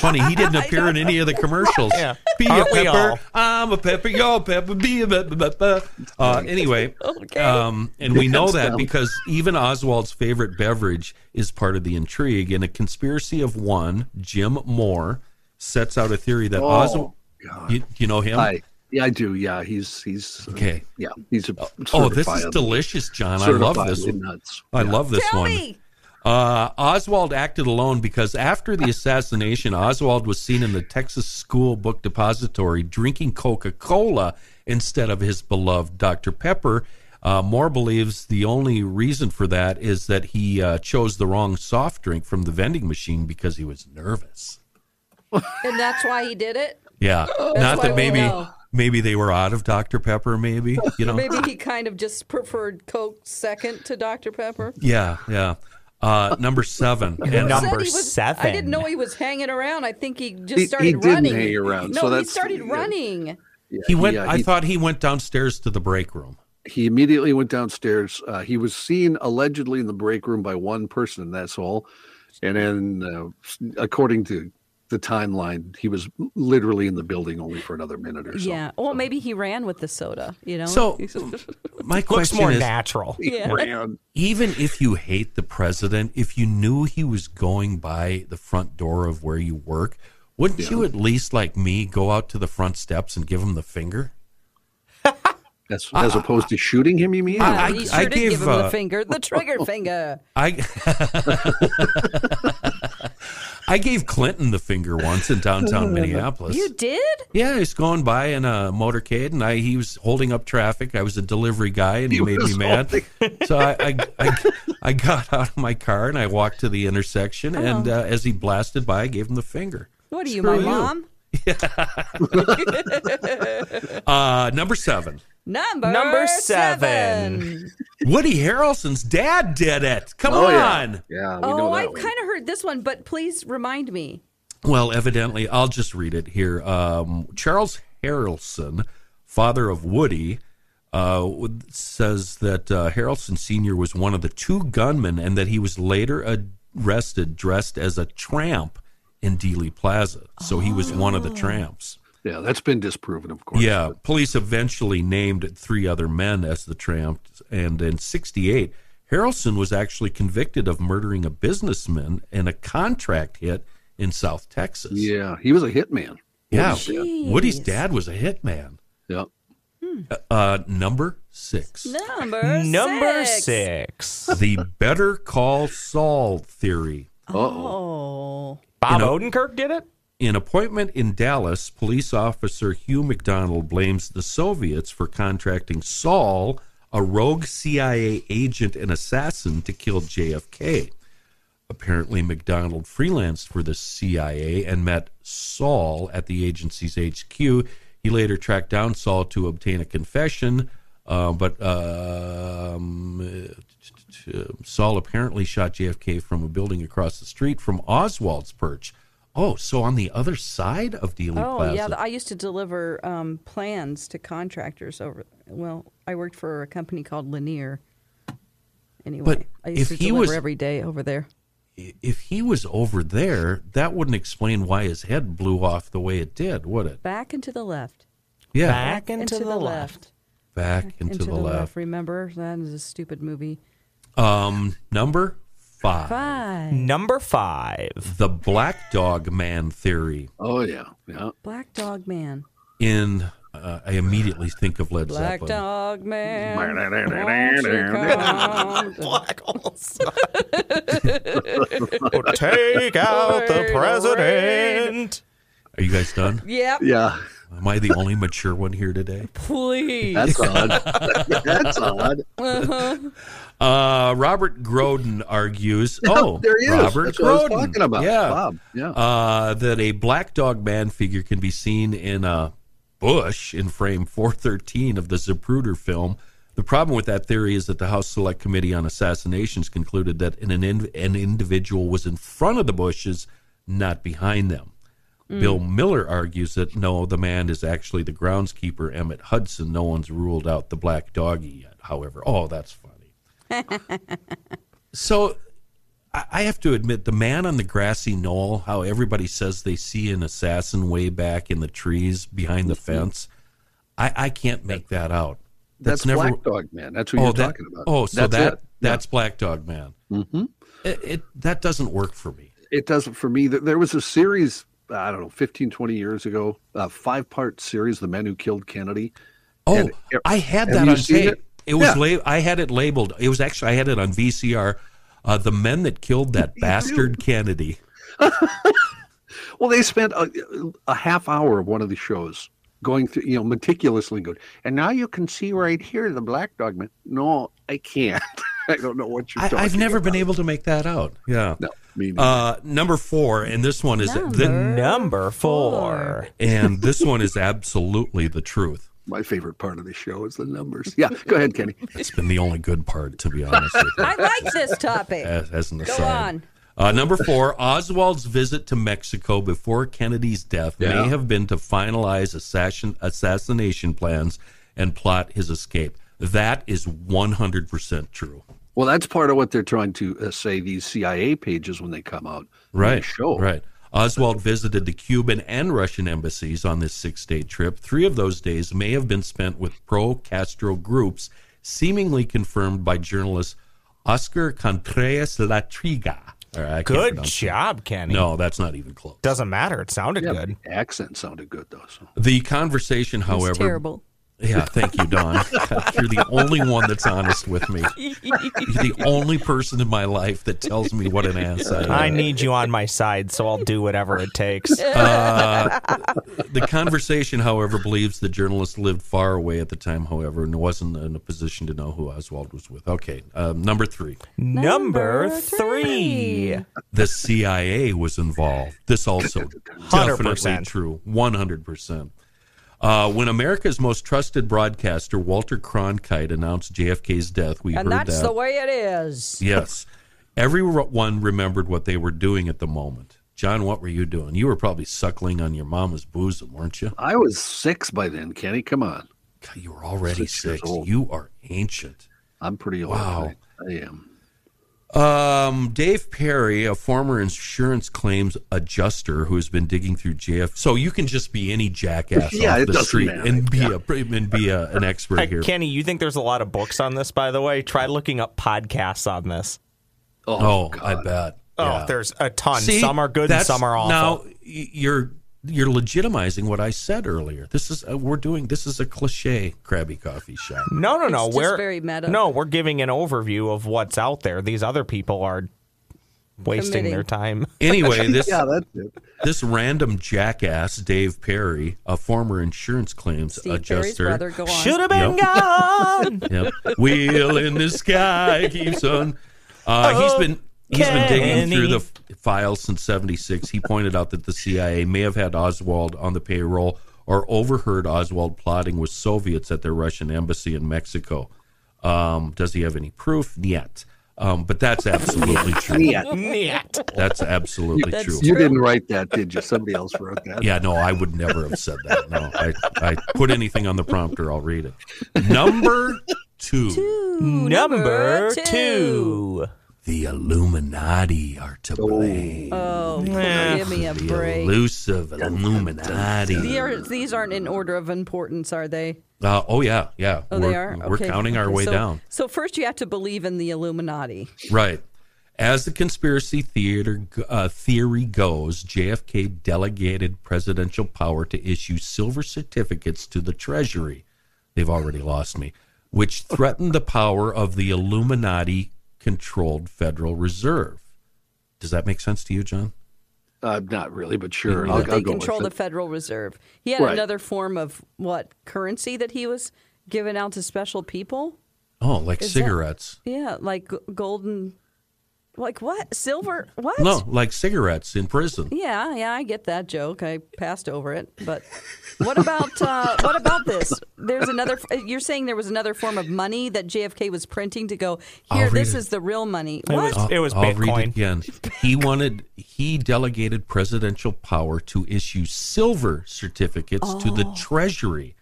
Speaker 4: Funny, he didn't appear in any of the commercials.
Speaker 6: Yeah.
Speaker 4: Be a
Speaker 6: Aren't we
Speaker 4: pepper.
Speaker 6: all?
Speaker 4: I'm a pepper. Yo, pepper. Be a pepper. pepper. Uh, anyway,
Speaker 5: Okay.
Speaker 4: um, and we know
Speaker 7: Yes,
Speaker 4: that
Speaker 7: um.
Speaker 4: because even Oswald's favorite beverage is part of the intrigue. And a conspiracy of one, Jim Moore, sets out a theory that Oswald. You, you know him?
Speaker 7: Oh. I, yeah, I do. Yeah. He's, he's, uh,
Speaker 4: Okay.
Speaker 7: yeah. He's a,
Speaker 4: Oh, this is
Speaker 7: certifiable-
Speaker 4: delicious, John. I love this
Speaker 7: certifiably
Speaker 4: one.
Speaker 7: Nuts.
Speaker 4: I love this
Speaker 5: Tell
Speaker 4: one.
Speaker 5: me.
Speaker 4: Uh, Oswald acted alone because after the assassination, Oswald was seen in the Texas School Book Depository drinking Coca Cola instead of his beloved Dr. Pepper. Uh, Moore believes the only reason for that is that he uh, chose the wrong soft drink from the vending machine because he was nervous.
Speaker 5: And that's why he did it?
Speaker 4: Yeah, not
Speaker 5: why
Speaker 4: that
Speaker 5: we
Speaker 4: maybe
Speaker 5: know.
Speaker 4: maybe they were out of Dr. Pepper. Maybe you know.
Speaker 5: Maybe he kind of just preferred Coke second to Dr. Pepper.
Speaker 4: Yeah, yeah. Uh, number seven. And
Speaker 6: Number
Speaker 5: Said he was-
Speaker 6: seven.
Speaker 5: I didn't know he was hanging around. I think he just
Speaker 7: He- he
Speaker 5: started
Speaker 7: didn't
Speaker 5: running.
Speaker 7: hang around,
Speaker 5: No,
Speaker 7: so
Speaker 5: he
Speaker 7: that's-
Speaker 5: started
Speaker 7: yeah.
Speaker 5: running.
Speaker 7: Yeah,
Speaker 4: he went.
Speaker 7: uh,
Speaker 4: I thought he went downstairs to the break room.
Speaker 7: he immediately went downstairs. Uh, he was seen allegedly in the break room by one person, and that's all. And then, uh, according to the timeline, he was literally in the building only for another minute or so.
Speaker 5: Yeah. Well, maybe he ran with the soda, you know?
Speaker 4: So my
Speaker 6: Looks
Speaker 4: question
Speaker 6: more
Speaker 4: is:
Speaker 6: natural.
Speaker 5: yeah.
Speaker 7: Ran.
Speaker 4: even if you hate the president, if you knew he was going by the front door of where you work, wouldn't you at least, like me, go out to the front steps and give him the finger?
Speaker 7: As, as opposed to shooting him, you mean?
Speaker 4: I-
Speaker 5: he sure
Speaker 4: I
Speaker 5: did
Speaker 4: gave,
Speaker 5: give him
Speaker 4: uh,
Speaker 5: the finger, the trigger finger.
Speaker 4: I I gave Clinton the finger once in downtown Minneapolis.
Speaker 5: You did?
Speaker 4: Yeah, he's going by in a motorcade, and I he was holding up traffic. I was a delivery guy, and he,
Speaker 7: He
Speaker 4: made me
Speaker 7: was
Speaker 4: mad. So I, I, I I got out of my car and I walked to the intersection, and uh, as he blasted by, I gave him the finger.
Speaker 5: What are you,
Speaker 4: Screw
Speaker 5: my
Speaker 4: you.
Speaker 5: mom?
Speaker 4: Uh, number seven,
Speaker 5: Number,
Speaker 6: Number
Speaker 5: seven.
Speaker 6: seven.
Speaker 4: Woody Harrelson's dad did it. Come
Speaker 7: Oh, yeah.
Speaker 4: on.
Speaker 7: yeah, we know
Speaker 5: Oh,
Speaker 7: that
Speaker 5: I've
Speaker 7: one.
Speaker 5: kind of heard this one, but please remind me.
Speaker 4: Well, evidently, I'll just read it here. Um, Charles Harrelson, father of Woody, uh, would- says that uh, Harrelson Sr. was one of the two gunmen and that he was later arrested dressed as a tramp in Dealey Plaza. So he was one
Speaker 7: Oh.
Speaker 4: of the tramps.
Speaker 7: yeah, that's been disproven, of course.
Speaker 4: Yeah, police eventually named three other men as the tramps. And in 68, Harrelson was actually convicted of murdering a businessman in a contract hit in South Texas.
Speaker 7: Yeah, he was a hitman.
Speaker 4: Yeah,
Speaker 7: Woody's dad.
Speaker 4: Woody's dad was a hitman.
Speaker 7: Yeah.
Speaker 4: Uh, number six,
Speaker 5: Number
Speaker 6: Number
Speaker 5: six.
Speaker 6: six.
Speaker 4: the Better Call Saul theory.
Speaker 7: Uh-oh.
Speaker 5: Oh.
Speaker 6: Bob
Speaker 4: You know-
Speaker 6: Odenkirk did it?
Speaker 4: In appointment in Dallas, police officer Hugh McDonald blames the Soviets for contracting Saul, a rogue CIA agent and assassin to kill JFK. Apparently, McDonald freelanced for the CIA and met Saul at the agency's HQ. He later tracked down Saul to obtain a confession, uh, but um, uh, Saul apparently shot JFK from a building across the street from Oswald's perch. Oh, so on the other side of Dealey
Speaker 5: Oh
Speaker 4: Plaza.
Speaker 5: yeah, I used to deliver um, plans to contractors over. Well, I worked for a company called Lanier. Anyway, I used
Speaker 4: if
Speaker 5: to
Speaker 4: he
Speaker 5: deliver
Speaker 4: was-
Speaker 5: every day over there.
Speaker 4: if he was over there, that wouldn't explain why his head blew off the way it did, would it?
Speaker 5: Back and to the left.
Speaker 4: Yeah,
Speaker 6: Back and to the, left.
Speaker 4: back into, the, left.
Speaker 5: Remember that is a stupid movie.
Speaker 4: Um, number five,
Speaker 5: Five.
Speaker 6: Number five.
Speaker 4: the black dog man theory.
Speaker 7: Oh yeah, yeah.
Speaker 5: Black Dog Man.
Speaker 4: In uh, I immediately think of Led
Speaker 5: Black
Speaker 4: Zeppelin.
Speaker 5: Dog Man. won't you come
Speaker 6: Black almost. Take out the president.
Speaker 4: Are you guys done?
Speaker 5: Yep.
Speaker 7: Yeah,
Speaker 4: Am I the only mature one here today?
Speaker 5: Please.
Speaker 7: that's odd. that's odd.
Speaker 4: Uh, Robert Groden argues. Oh,
Speaker 7: there he is.
Speaker 4: Robert
Speaker 7: that's
Speaker 4: Groden.
Speaker 7: what I was talking about.
Speaker 4: Yeah.
Speaker 7: Bob. Yeah.
Speaker 4: uh, that a black dog man figure can be seen in a bush in frame 413 of the Zapruder film. The problem with that theory is that the House Select Committee on Assassinations concluded that an, in- an individual was in front of the bushes, not behind them. Bill Miller argues that no, the man is actually the groundskeeper, Emmett Hudson. No one's ruled out the black doggy yet, however. Oh, that's funny. so I I have to admit, the man on the grassy knoll, how everybody says they see an assassin way back in the trees behind the
Speaker 7: Mm-hmm.
Speaker 4: fence, I, I can't make that out.
Speaker 7: that's Black Dog Man. That's what
Speaker 4: oh,
Speaker 7: you're
Speaker 4: that-
Speaker 7: talking about.
Speaker 4: Oh, so
Speaker 7: that's
Speaker 4: that
Speaker 7: it. Yeah.
Speaker 4: that's Black Dog Man. Mm-hmm. It, it that doesn't work for me.
Speaker 7: it doesn't for me There- there was a series i don't know 15 20 years ago a five part series the men who killed kennedy
Speaker 4: Oh,
Speaker 7: And it-
Speaker 4: I had
Speaker 7: have
Speaker 4: that
Speaker 7: you
Speaker 4: on
Speaker 7: seen
Speaker 4: tape. It,
Speaker 7: it?
Speaker 4: was
Speaker 7: Yeah.
Speaker 4: la- I had it labeled. It was actually I had it on VCR. Uh, the men that killed that bastard Kennedy.
Speaker 7: well they spent a, a half hour of one of the shows going through you know meticulously going and now you can see right here the black dog man no i can't i don't know what you're
Speaker 4: I,
Speaker 7: talking
Speaker 4: I've never
Speaker 7: about.
Speaker 4: been able to make that out. Yeah.
Speaker 7: no me neither.
Speaker 4: Uh, number four, and this one is the,
Speaker 6: Number four.
Speaker 4: and this one is absolutely the truth.
Speaker 7: my favorite part of the show is the numbers yeah go ahead kenny
Speaker 4: It's been the only good part, to be honest with you.
Speaker 5: I like this topic.
Speaker 4: As, as an
Speaker 5: Go
Speaker 4: aside.
Speaker 5: on.
Speaker 4: Uh, number four, Oswald's visit to Mexico before Kennedy's death may
Speaker 7: Yeah.
Speaker 4: have been to finalize assassin, assassination plans and plot his escape. That is 100% true.
Speaker 7: well that's part of what they're trying to uh, say these cia pages when they come out in the
Speaker 4: Right.
Speaker 7: show
Speaker 4: Right. Oswald visited the Cuban and Russian embassies on this six day trip. Three of those days may have been spent with pro Castro groups, seemingly confirmed by journalist Oscar Contreras Latriga. All right, I can't
Speaker 6: Good
Speaker 4: pronounce-
Speaker 6: job, Kenny.
Speaker 4: No, that's not even close.
Speaker 6: Doesn't matter. It sounded
Speaker 7: yeah,
Speaker 6: good.
Speaker 7: but the accent sounded good though so
Speaker 4: The conversation,
Speaker 5: It's
Speaker 4: however.
Speaker 5: terrible.
Speaker 4: Yeah, thank you, Don. You're the only one that's honest with me. You're the only person in my life that tells me what an ass I am.
Speaker 6: I need you on my side, so I'll do whatever it takes.
Speaker 4: The conversation, however, believes the journalist lived far away at the time, however, and wasn't in a position to know who Oswald was with. Okay, um, number three.
Speaker 6: Number three.
Speaker 4: The CIA was involved. This also
Speaker 6: 100%.
Speaker 4: definitely true. 100%. Uh, when America's most trusted broadcaster, Walter Cronkite, announced JFK's death, we
Speaker 5: And
Speaker 4: heard
Speaker 5: that's
Speaker 4: that.
Speaker 5: the way it is.
Speaker 4: Yes. Everyone remembered what they were doing at the moment. John, what were you doing? You were probably suckling on your mama's bosom, weren't you?
Speaker 7: I was six by then, Kenny. Come on.
Speaker 4: God, you were already
Speaker 7: Six years
Speaker 4: six.
Speaker 7: old.
Speaker 4: You are ancient.
Speaker 7: I'm pretty old.
Speaker 4: Wow.
Speaker 7: I, I am.
Speaker 4: Um, Dave Perry, a former insurance claims adjuster who's been digging through JF. So you can just be any jackass
Speaker 7: Yeah,
Speaker 4: off
Speaker 7: it
Speaker 4: the
Speaker 7: doesn't
Speaker 4: street
Speaker 7: matter.
Speaker 4: and be a and be a, an expert
Speaker 6: Hey,
Speaker 4: here.
Speaker 6: Kenny, you think there's a lot of books on this, by the way? Try looking up podcasts on this.
Speaker 7: Oh,
Speaker 4: Oh,
Speaker 7: God.
Speaker 4: I bet.
Speaker 6: Oh,
Speaker 4: Yeah.
Speaker 6: there's a ton.
Speaker 4: See,
Speaker 6: some are good and
Speaker 4: that's-
Speaker 6: some are awful.
Speaker 4: Now y- you're you're legitimizing what I said earlier. This is uh, we're doing this is a cliche Krabby Coffee shop.
Speaker 6: no, no, no.
Speaker 5: It's just
Speaker 6: we're
Speaker 5: very meta.
Speaker 6: No, we're giving an overview of what's out there. These other people are wasting their
Speaker 5: Committing.
Speaker 6: time.
Speaker 4: Anyway, this
Speaker 7: yeah, that's it.
Speaker 4: this random jackass, Dave Perry, a former insurance claims
Speaker 5: Steve Perry's
Speaker 4: adjuster.
Speaker 5: brother. Go on.
Speaker 6: Should have been
Speaker 4: Yep.
Speaker 6: gone.
Speaker 4: Yep. Wheel in the sky keeps on. Uh, he's
Speaker 5: Oh,
Speaker 4: been he's been digging
Speaker 6: Kenny.
Speaker 4: through the f- files since '76. He pointed out that the CIA may have had Oswald on the payroll or overheard Oswald plotting with Soviets at their Russian embassy in Mexico. Um, does he have any proof yet? Um, but that's absolutely true.
Speaker 7: Yeah.
Speaker 6: Nyet.
Speaker 4: That's absolutely
Speaker 5: That's
Speaker 4: true.
Speaker 7: You didn't write that, did you? Somebody else wrote that.
Speaker 4: Yeah, no, I would never have said that. No, I, I put anything on the prompter, I'll read it. Number two,
Speaker 6: Number
Speaker 5: Number
Speaker 6: two.
Speaker 5: two.
Speaker 4: the Illuminati are to blame.
Speaker 5: Oh,
Speaker 6: Nah.
Speaker 5: give me a
Speaker 4: the
Speaker 5: break.
Speaker 4: elusive Illuminati.
Speaker 5: These, are, these aren't in order of importance, are they?
Speaker 4: Uh, oh yeah, yeah.
Speaker 5: Oh,
Speaker 4: we're,
Speaker 5: they are.
Speaker 4: We're
Speaker 5: Okay.
Speaker 4: counting our
Speaker 5: Okay,
Speaker 4: way
Speaker 5: so-
Speaker 4: down.
Speaker 5: So first, you have to believe in the Illuminati.
Speaker 4: Right. As the conspiracy theater uh, theory goes, JFK delegated presidential power to issue silver certificates to the Treasury. They've already lost me, which threatened the power of the Illuminati controlled Federal Reserve. Does that make sense to you, John?
Speaker 7: Uh, not really, but
Speaker 4: Yeah.
Speaker 7: sure. I'll,
Speaker 5: But
Speaker 7: I'll
Speaker 5: Mm-hmm. they
Speaker 7: go with
Speaker 5: control the
Speaker 7: it.
Speaker 5: Federal Reserve. He had
Speaker 7: Right.
Speaker 5: another form of what currency that he was giving out to special people.
Speaker 4: Oh, like
Speaker 5: Is that-
Speaker 4: cigarettes.
Speaker 5: Yeah, like g- golden, like what silver? What?
Speaker 4: No, like cigarettes in prison.
Speaker 5: Yeah, yeah, I get that joke. I passed over it, but what about uh, what about this? There's another. uh, You're saying there was another form of money that JFK was printing to go here.
Speaker 4: read
Speaker 5: This
Speaker 4: it. uh,
Speaker 5: is the real money.
Speaker 6: It
Speaker 5: What?
Speaker 6: was, it was
Speaker 4: I'll read it
Speaker 6: Bitcoin.
Speaker 4: again. He wanted he delegated presidential power to issue silver certificates to
Speaker 6: Oh.
Speaker 4: the Treasury,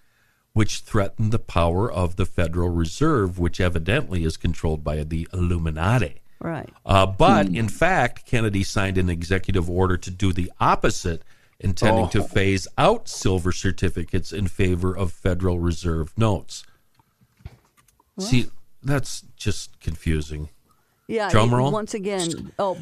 Speaker 4: which threatened the power of the Federal Reserve, which evidently is controlled by the Illuminati.
Speaker 5: Right.
Speaker 4: Uh, but
Speaker 6: Hmm.
Speaker 4: in fact, Kennedy signed an executive order to do the opposite, intending to
Speaker 6: Oh.
Speaker 4: phase out silver certificates in favor of Federal Reserve notes. See, that's just confusing.
Speaker 5: Yeah.
Speaker 4: Drum
Speaker 5: you-
Speaker 4: roll.
Speaker 5: Once again. Oh.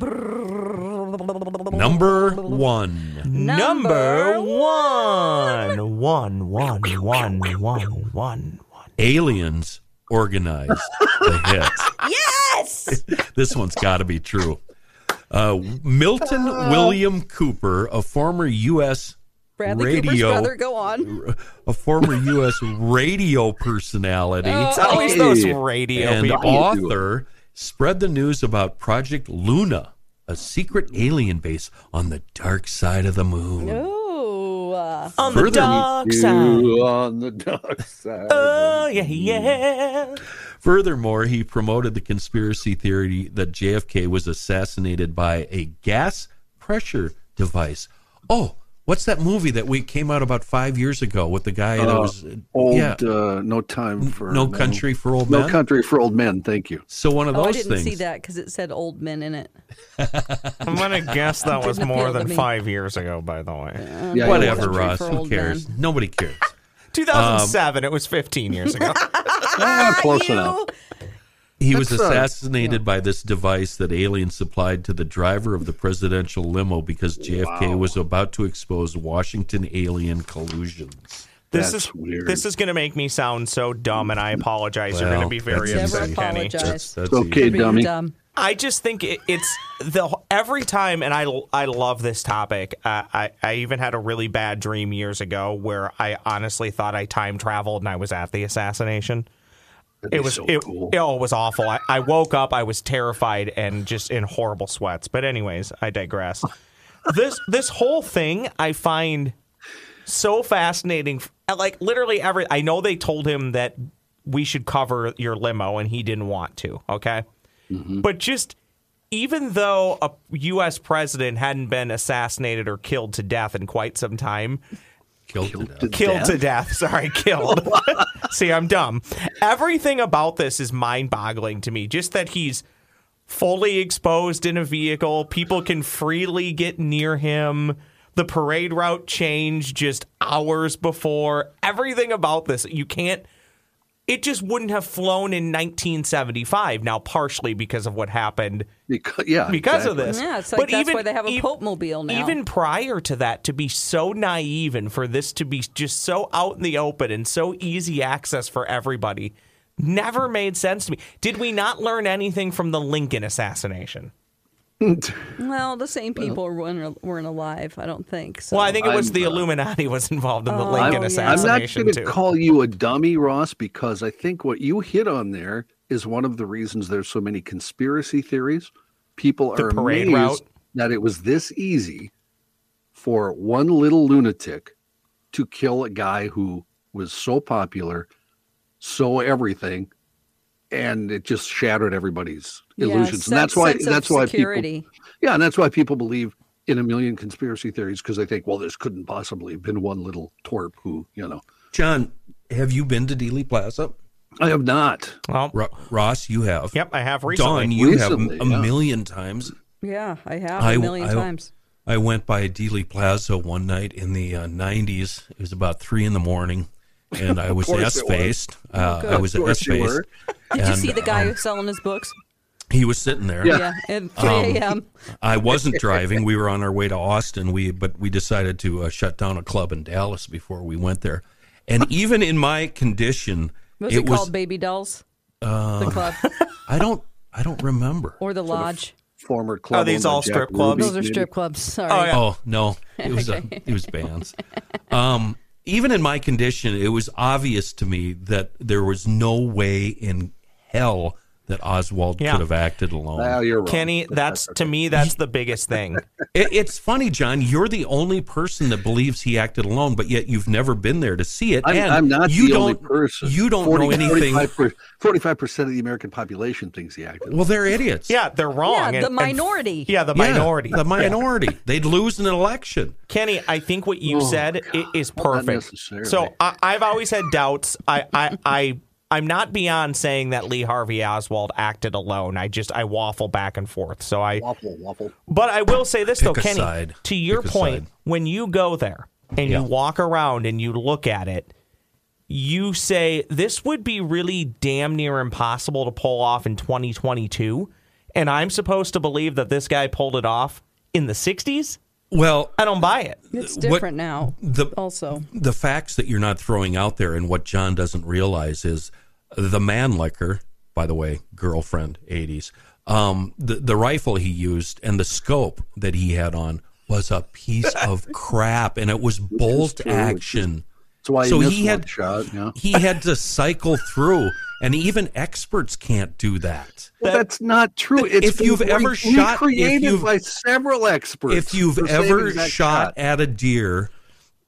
Speaker 4: Number one.
Speaker 6: Number one. One, one, one, one, one, one.
Speaker 4: Aliens organized the hit.
Speaker 5: Yes.
Speaker 4: This one's got to be true. Uh, Milton
Speaker 6: Uh.
Speaker 4: William Cooper, a former U.S.
Speaker 5: Bradley Cooper's
Speaker 4: radio,
Speaker 5: brother. Go on.
Speaker 4: a former U.S. radio personality
Speaker 6: It's always those radio
Speaker 4: and
Speaker 6: people.
Speaker 4: author, spread the news about Project Luna, a secret alien base on the dark side of the moon.
Speaker 5: Ooh. uh,
Speaker 6: On
Speaker 4: Further-
Speaker 6: the dark side.
Speaker 7: You on the dark side.
Speaker 6: Oh, yeah, yeah.
Speaker 4: Furthermore, he promoted the conspiracy theory that JFK was assassinated by a gas pressure device. Oh, what's that movie that we came out about five years ago with the guy that was
Speaker 7: Uh, old.
Speaker 4: yeah,
Speaker 7: Uh, no time for
Speaker 4: No Country for Old
Speaker 7: No
Speaker 4: Men?
Speaker 7: country for old men. Thank you.
Speaker 4: So one of
Speaker 5: oh,
Speaker 4: those
Speaker 5: I didn't
Speaker 4: things.
Speaker 5: see that because it said old men in it.
Speaker 6: I'm going to guess that was
Speaker 5: Didn't
Speaker 6: more
Speaker 5: appeal to
Speaker 6: than
Speaker 5: me.
Speaker 6: five years ago, by the
Speaker 5: Uh,
Speaker 6: way.
Speaker 7: Yeah, yeah.
Speaker 4: Whatever,
Speaker 5: Country
Speaker 4: Ross.
Speaker 5: for
Speaker 4: Who
Speaker 5: Old
Speaker 4: cares? Nobody cares.
Speaker 6: 2007, it was 15 years ago.
Speaker 7: Ah, close enough.
Speaker 4: He was
Speaker 7: That's, uh,
Speaker 4: assassinated by this device that aliens supplied to the driver of the presidential limo because JFK was about to expose Washington alien collusions.
Speaker 6: This
Speaker 7: That's
Speaker 6: is
Speaker 7: weird.
Speaker 6: This is going to make me sound so dumb, and I apologize. You're going
Speaker 4: Well,
Speaker 6: to be very
Speaker 4: that's
Speaker 6: upset,
Speaker 5: easy.
Speaker 6: Kenny.
Speaker 5: Never apologize.
Speaker 4: That's
Speaker 7: It's okay,
Speaker 5: For being
Speaker 7: dummy.
Speaker 5: dumb.
Speaker 6: I just think it, it's the every time, and I I love this topic. Uh, I I even had a really bad dream years ago where I honestly thought I time traveled and I was at the assassination.
Speaker 7: be
Speaker 6: It was
Speaker 7: so
Speaker 6: it,
Speaker 7: cool.
Speaker 6: it, oh, it was awful. I, I woke up, I was terrified and just in horrible sweats. But anyways, I digress. this this whole thing I find so fascinating. Like literally every I know they told him that we should cover your limo and he didn't want to, okay?
Speaker 7: Mm-hmm.
Speaker 6: But just even though a US president hadn't been assassinated or killed to death in quite some time,
Speaker 4: Killed to death.
Speaker 6: killed to death, sorry, killed. See, I'm dumb. Everything about this is mind-boggling to me. Just that he's fully exposed in a vehicle, people can freely get near him. The parade route changed just hours before. Everything about this, you can't it just wouldn't have flown in 1975 now partially because of what happened
Speaker 7: Because, yeah.
Speaker 6: because
Speaker 7: exactly.
Speaker 6: of this
Speaker 5: Yeah, it's like that's why they have a
Speaker 6: ev-
Speaker 5: Pope mobile now.
Speaker 6: even prior to that to be so naive and for this to be just so out in the open and so easy access for everybody never made sense to me did we not learn anything from the lincoln assassination
Speaker 5: Well, the same people weren't, weren't alive, I don't think. So.
Speaker 6: Well, I think it was
Speaker 7: I'm,
Speaker 6: the
Speaker 7: uh,
Speaker 6: Illuminati was involved in the
Speaker 5: Oh,
Speaker 6: Lincoln
Speaker 5: yeah.
Speaker 7: I'm not
Speaker 6: assassination
Speaker 7: going to
Speaker 6: too.
Speaker 7: call you a dummy, Ross, because I think what you hit on there is one of the reasons there's so many conspiracy theories. People
Speaker 6: The
Speaker 7: are
Speaker 6: parade
Speaker 7: amazed
Speaker 6: route.
Speaker 7: that it was this easy for one little lunatic to kill a guy who was so popular, so everything, and it just shattered everybody's
Speaker 5: Yeah,
Speaker 7: illusions. and
Speaker 5: sense-
Speaker 7: that's why
Speaker 5: sense of
Speaker 7: that's why people
Speaker 5: security.
Speaker 7: yeah, and that's why people believe in a million conspiracy theories because they think, well, this couldn't possibly have been one little twerp who, you know.
Speaker 4: John, have you been to Dealey Plaza?
Speaker 7: I have not.
Speaker 6: Well,
Speaker 4: Ro- Ross, you have.
Speaker 6: yep, I have recently.
Speaker 4: Don, you
Speaker 7: Recently,
Speaker 4: have a
Speaker 7: yeah.
Speaker 4: million times.
Speaker 5: Yeah, I have
Speaker 4: I-
Speaker 5: a million
Speaker 4: I-
Speaker 5: times.
Speaker 4: I went by Dealey Plaza one night in the uh, 90s. It was about three in the morning, and I was
Speaker 7: course it was.
Speaker 4: S faced. Uh, I was
Speaker 7: Of
Speaker 4: S
Speaker 7: course you
Speaker 4: faced.
Speaker 7: were.
Speaker 5: Did you
Speaker 4: and,
Speaker 5: see the guy
Speaker 4: um,
Speaker 5: who's selling his books?
Speaker 4: He was sitting there.
Speaker 7: Yeah.
Speaker 5: Yeah, at 3 a.m.
Speaker 4: I wasn't driving. We were on our way to Austin. We but we decided to uh, shut down a club in Dallas before we went there. And even in my condition,
Speaker 5: Was Uh,
Speaker 4: it
Speaker 5: it,
Speaker 4: was
Speaker 5: called Baby Dolls? the club
Speaker 4: I don't I don't remember.
Speaker 5: or the lodge?
Speaker 7: Former club.
Speaker 6: Are these
Speaker 7: owner
Speaker 6: all
Speaker 7: Jack
Speaker 6: strip
Speaker 7: Ruby
Speaker 6: clubs?
Speaker 5: Those are
Speaker 7: did.
Speaker 5: strip clubs. Sorry.
Speaker 6: Oh, yeah.
Speaker 4: Oh no, it was uh it was bands. Um, even in my condition, it was obvious to me that there was no way in hell that Oswald
Speaker 6: Yeah.
Speaker 4: could have acted alone.
Speaker 7: Well, you're wrong.
Speaker 6: Kenny, that's to me, that's the biggest thing.
Speaker 4: It, it's funny, John. You're the only person that believes he acted alone, but yet you've never been there to see it.
Speaker 7: I'm,
Speaker 4: and
Speaker 7: I'm not
Speaker 4: you
Speaker 7: the
Speaker 4: don't,
Speaker 7: only person.
Speaker 4: You don't know anything.
Speaker 7: 45 percent of the American population thinks he acted.
Speaker 4: Well, they're idiots.
Speaker 6: Yeah, they're wrong.
Speaker 5: Yeah, the minority.
Speaker 6: yeah, the
Speaker 4: Yeah,
Speaker 6: minority.
Speaker 4: The minority. They'd lose an election.
Speaker 6: Kenny, I think what you said i- is perfect.
Speaker 7: Oh, necessarily.
Speaker 6: So I, I've always had doubts. I, I, I, I'm not beyond saying that Lee Harvey Oswald acted alone. I just I waffle back and forth. So I,
Speaker 7: waffle, waffle.
Speaker 6: But I will say this though,
Speaker 4: Pick a
Speaker 6: Kenny.
Speaker 4: side.
Speaker 6: To your
Speaker 4: Pick a
Speaker 6: point,
Speaker 4: side.
Speaker 6: when you go there and you walk around and you look at it, you say this would be really damn near impossible to pull off in 2022, and I'm supposed to believe that this guy pulled it off in the 60s?
Speaker 4: Well,
Speaker 6: I don't buy it.
Speaker 5: It's
Speaker 4: What-
Speaker 5: different now.
Speaker 4: the
Speaker 5: Also,
Speaker 4: the facts that you're not throwing out there and what John doesn't realize is the Mannlicher, by the way, girlfriend, 80s, um, the, the rifle he used and the scope that he had on was a piece of crap and it was bolt
Speaker 7: true, which is-
Speaker 4: action.
Speaker 7: That's why he
Speaker 4: so
Speaker 7: missed
Speaker 4: he
Speaker 7: one
Speaker 4: had
Speaker 7: shot. Yeah.
Speaker 4: he had to cycle through and even experts can't do that.
Speaker 7: Well, that's not true. It's
Speaker 4: if
Speaker 7: been
Speaker 4: you've ever
Speaker 7: re-
Speaker 4: shot- if
Speaker 7: recreated
Speaker 4: you've-
Speaker 7: by several experts.
Speaker 4: if you've
Speaker 7: for same
Speaker 4: ever
Speaker 7: exact
Speaker 4: shot, at a deer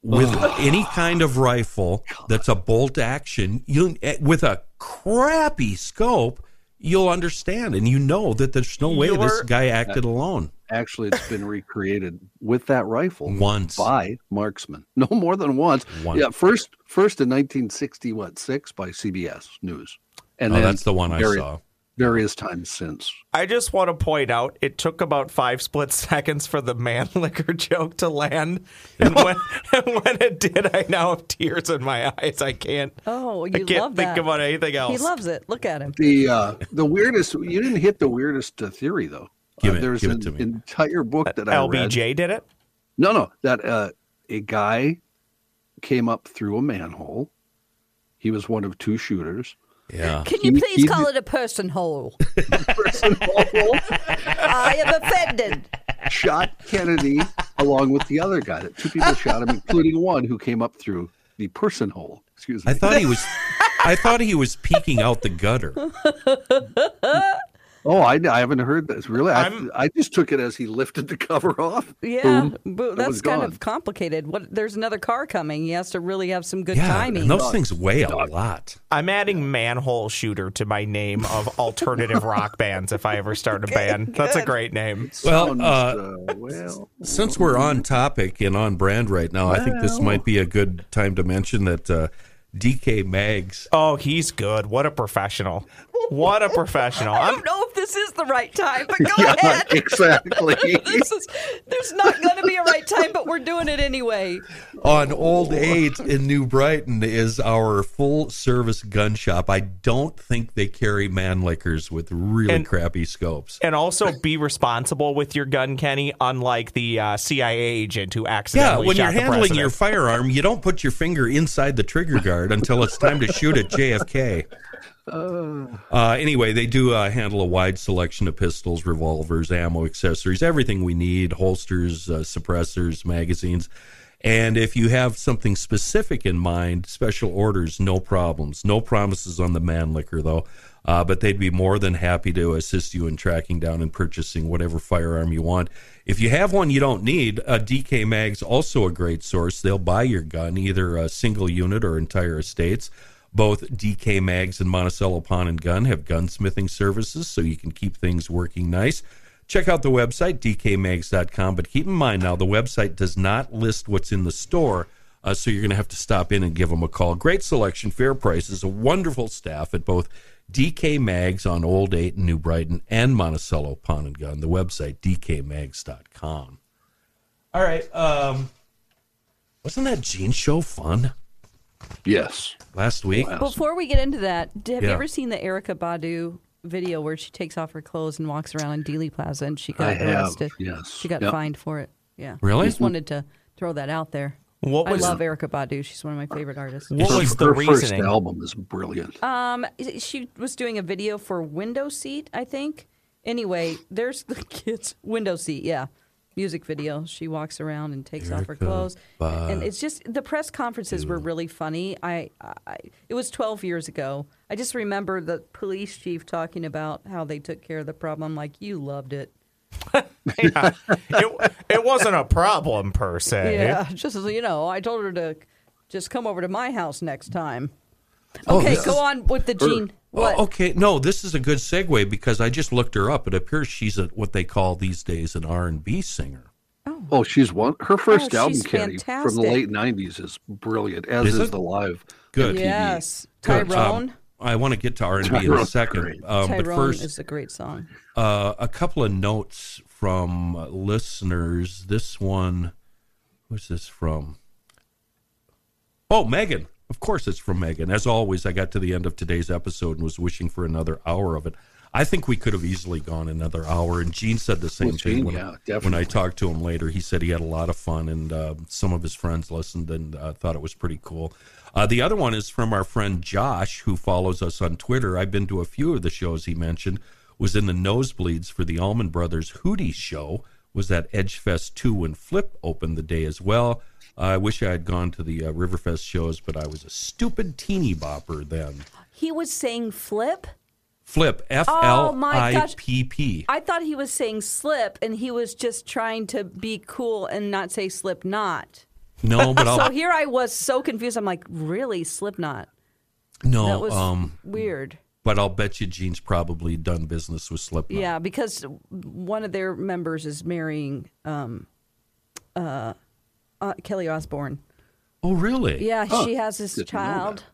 Speaker 4: with any kind of rifle that's a bolt action, you eh, with a crappy scope, you'll understand and you know that there's no way this
Speaker 6: You're-
Speaker 4: guy acted alone.
Speaker 7: actually it's been recreated with that rifle
Speaker 4: Once.
Speaker 7: by marksman no more than once
Speaker 4: Once.
Speaker 7: yeah first first in 1960 what six by cbs news and
Speaker 4: Oh,
Speaker 7: then
Speaker 4: that's the one I
Speaker 7: vari-
Speaker 4: saw.
Speaker 7: various times since
Speaker 6: I just want to point out it took about five split seconds for the man liquor joke to land. And when, and when it did, I now have tears in my eyes. I can't.
Speaker 5: oh, you
Speaker 6: I can't
Speaker 5: love
Speaker 6: think
Speaker 5: that.
Speaker 6: about anything else.
Speaker 5: He loves it. Look at him.
Speaker 7: the uh the weirdest you didn't hit the weirdest uh, theory though
Speaker 4: Give
Speaker 7: Uh,
Speaker 4: it-
Speaker 7: there's
Speaker 4: give it
Speaker 7: an
Speaker 4: to me.
Speaker 7: entire book that i read
Speaker 6: LBJ did it.
Speaker 7: No, no, that uh, a guy came up through a manhole. He was one of two shooters.
Speaker 4: Yeah.
Speaker 5: Can you
Speaker 7: He-
Speaker 5: please
Speaker 7: he
Speaker 5: call
Speaker 7: did-
Speaker 5: it a person hole? I am offended.
Speaker 7: Shot Kennedy along with the other guy. That two people shot him, including one who came up through the person hole. Excuse me.
Speaker 4: I thought he was I thought he was peeking out the gutter.
Speaker 7: oh, I, I haven't heard this really. I,
Speaker 6: I'm-
Speaker 7: I just took it as he lifted the cover off.
Speaker 5: Yeah,
Speaker 7: Boom.
Speaker 5: but
Speaker 7: That
Speaker 5: that's
Speaker 7: was
Speaker 5: kind
Speaker 7: gone.
Speaker 5: of complicated. What? There's another car coming. He has to really have some good
Speaker 4: Yeah.
Speaker 5: timing.
Speaker 4: And those things weigh a lot.
Speaker 6: I'm adding manhole shooter to my name of alternative rock bands if I ever start a band. That's a great name.
Speaker 4: Well,
Speaker 7: Sounds,
Speaker 4: uh,
Speaker 7: uh, well,
Speaker 4: since we're on topic and on brand right now, I think this might be a good time to mention that uh, DK Mags
Speaker 6: Oh, he's good. What a professional. What a professional.
Speaker 5: I
Speaker 6: I'm,
Speaker 5: don't know if this is the right time, but go
Speaker 7: yeah,
Speaker 5: ahead.
Speaker 7: exactly.
Speaker 5: This is, there's not going to be a right time, but we're doing it anyway.
Speaker 4: on Old Eight in New Brighton is our full service gun shop. I don't think they carry manlickers with really
Speaker 6: And-
Speaker 4: crappy scopes.
Speaker 6: and also be responsible with your gun, Kenny, unlike the uh, CIA agent who
Speaker 4: Yeah,
Speaker 6: accidentally
Speaker 4: when
Speaker 6: shot
Speaker 4: you're
Speaker 6: the
Speaker 4: handling your
Speaker 6: president.
Speaker 4: firearm, you don't put your finger inside the trigger guard until it's time to shoot at JFK. Uh, anyway, they do uh, handle a wide selection of pistols, revolvers, ammo, accessories, everything we need, holsters, uh, suppressors, magazines. And if you have something specific in mind, special orders, no problems. No promises on the man liquor, though. Uh, but they'd be more than happy to assist you in tracking down and purchasing whatever firearm you want. If you have one you don't need, uh, DK Mag's also a great source. They'll buy your gun, either a single unit or entire estates. Both DK Mags and Monticello Pawn and Gun have gunsmithing services, so you can keep things working nice. Check out the website, dkmags.com. But keep in mind now, the website does not list what's in the store, uh, so you're going to have to stop in and give them a call. Great selection, fair prices, a wonderful staff at both DK Mags on Old 8 in New Brighton and Monticello Pawn and Gun. The website, dkmags.com. All right. Um, wasn't that Gene Show fun
Speaker 7: Yes.
Speaker 4: last week?
Speaker 5: Before we get into that, d- have
Speaker 4: Yeah.
Speaker 5: you ever seen the Erica Badu video where she takes off her clothes and walks around in Dealey Plaza and she got
Speaker 7: I have,
Speaker 5: arrested?
Speaker 7: yes.
Speaker 5: She got
Speaker 7: Yep.
Speaker 5: fined for it. Yeah.
Speaker 4: Really?
Speaker 5: I just wanted to throw that out there.
Speaker 6: What was-
Speaker 5: I love Erica Badu. She's one of my favorite artists.
Speaker 6: What was the
Speaker 7: her first
Speaker 6: reasoning?
Speaker 7: album is brilliant.
Speaker 5: Um, she was doing a video for window seat, I think. Anyway, there's the kids window seat. Yeah, music video. She walks around and takes off her clothes, and it's just the press conferences were really funny. I, I, it was 12 years ago. I just remember the police chief talking about how they took care of the problem. Like you loved it.
Speaker 6: Yeah. it, it wasn't a problem per se.
Speaker 5: Yeah, just as you know, I told her to just come over to my house next time.
Speaker 4: Oh,
Speaker 5: Okay,
Speaker 4: this
Speaker 5: go
Speaker 4: is-
Speaker 5: on with the gene. What?
Speaker 4: Oh, okay, no, this is a good segue because I just looked her up. It appears she's a, what they call these days an R and B singer.
Speaker 7: Oh, she's one. Her first
Speaker 5: Oh,
Speaker 7: album,
Speaker 5: she's
Speaker 7: Kenny, from the
Speaker 5: fantastic.
Speaker 7: late '90s is brilliant. As
Speaker 4: Is
Speaker 7: is,
Speaker 4: it?
Speaker 7: the live.
Speaker 4: Good.
Speaker 5: Yes,
Speaker 4: Good. Um,
Speaker 5: Tyrone.
Speaker 4: I want to get to R and B in a
Speaker 7: Tyrone's
Speaker 4: second,
Speaker 7: great.
Speaker 4: um, but
Speaker 5: Tyrone
Speaker 4: first
Speaker 5: is a great song.
Speaker 4: uh, a couple of notes from uh, listeners. This one, who's this from? Oh, Megan. Of course, it's from Megan. As always, I got to the end of today's episode and was wishing for another hour of it. I think we could have easily gone another hour. And Gene said the same
Speaker 7: Well,
Speaker 4: thing
Speaker 7: Gene,
Speaker 4: when,
Speaker 7: yeah,
Speaker 4: when I
Speaker 7: definitely.
Speaker 4: talked to him later. He said he had a lot of fun, and uh, some of his friends listened and uh, thought it was pretty cool. Uh, the other one is from our friend Josh, who follows us on Twitter. I've been to a few of the shows he mentioned. Was in the nosebleeds for the Allman Brothers Hootie show. Was at Edgefest two when Flip opened the day as well. I wish I had gone to the uh, Riverfest shows, but I was a stupid teeny bopper then.
Speaker 5: He was saying flip.
Speaker 4: Flip F
Speaker 5: Oh,
Speaker 4: L
Speaker 5: my
Speaker 4: I
Speaker 5: gosh.
Speaker 4: P P.
Speaker 5: I thought he was saying slip, and he was just trying to be cool and not say slip knot.
Speaker 4: No, but I'll,
Speaker 5: So here I was so confused. I'm like, really, slip knot? That
Speaker 4: no.
Speaker 5: was
Speaker 4: um,
Speaker 5: weird.
Speaker 4: But I'll bet you Gene's probably done business with Slipknot.
Speaker 5: Yeah, because one of their members is marrying um, uh, uh, Kelly Osborne.
Speaker 4: Oh, really?
Speaker 5: Yeah, she has this
Speaker 7: didn't know that.
Speaker 5: child.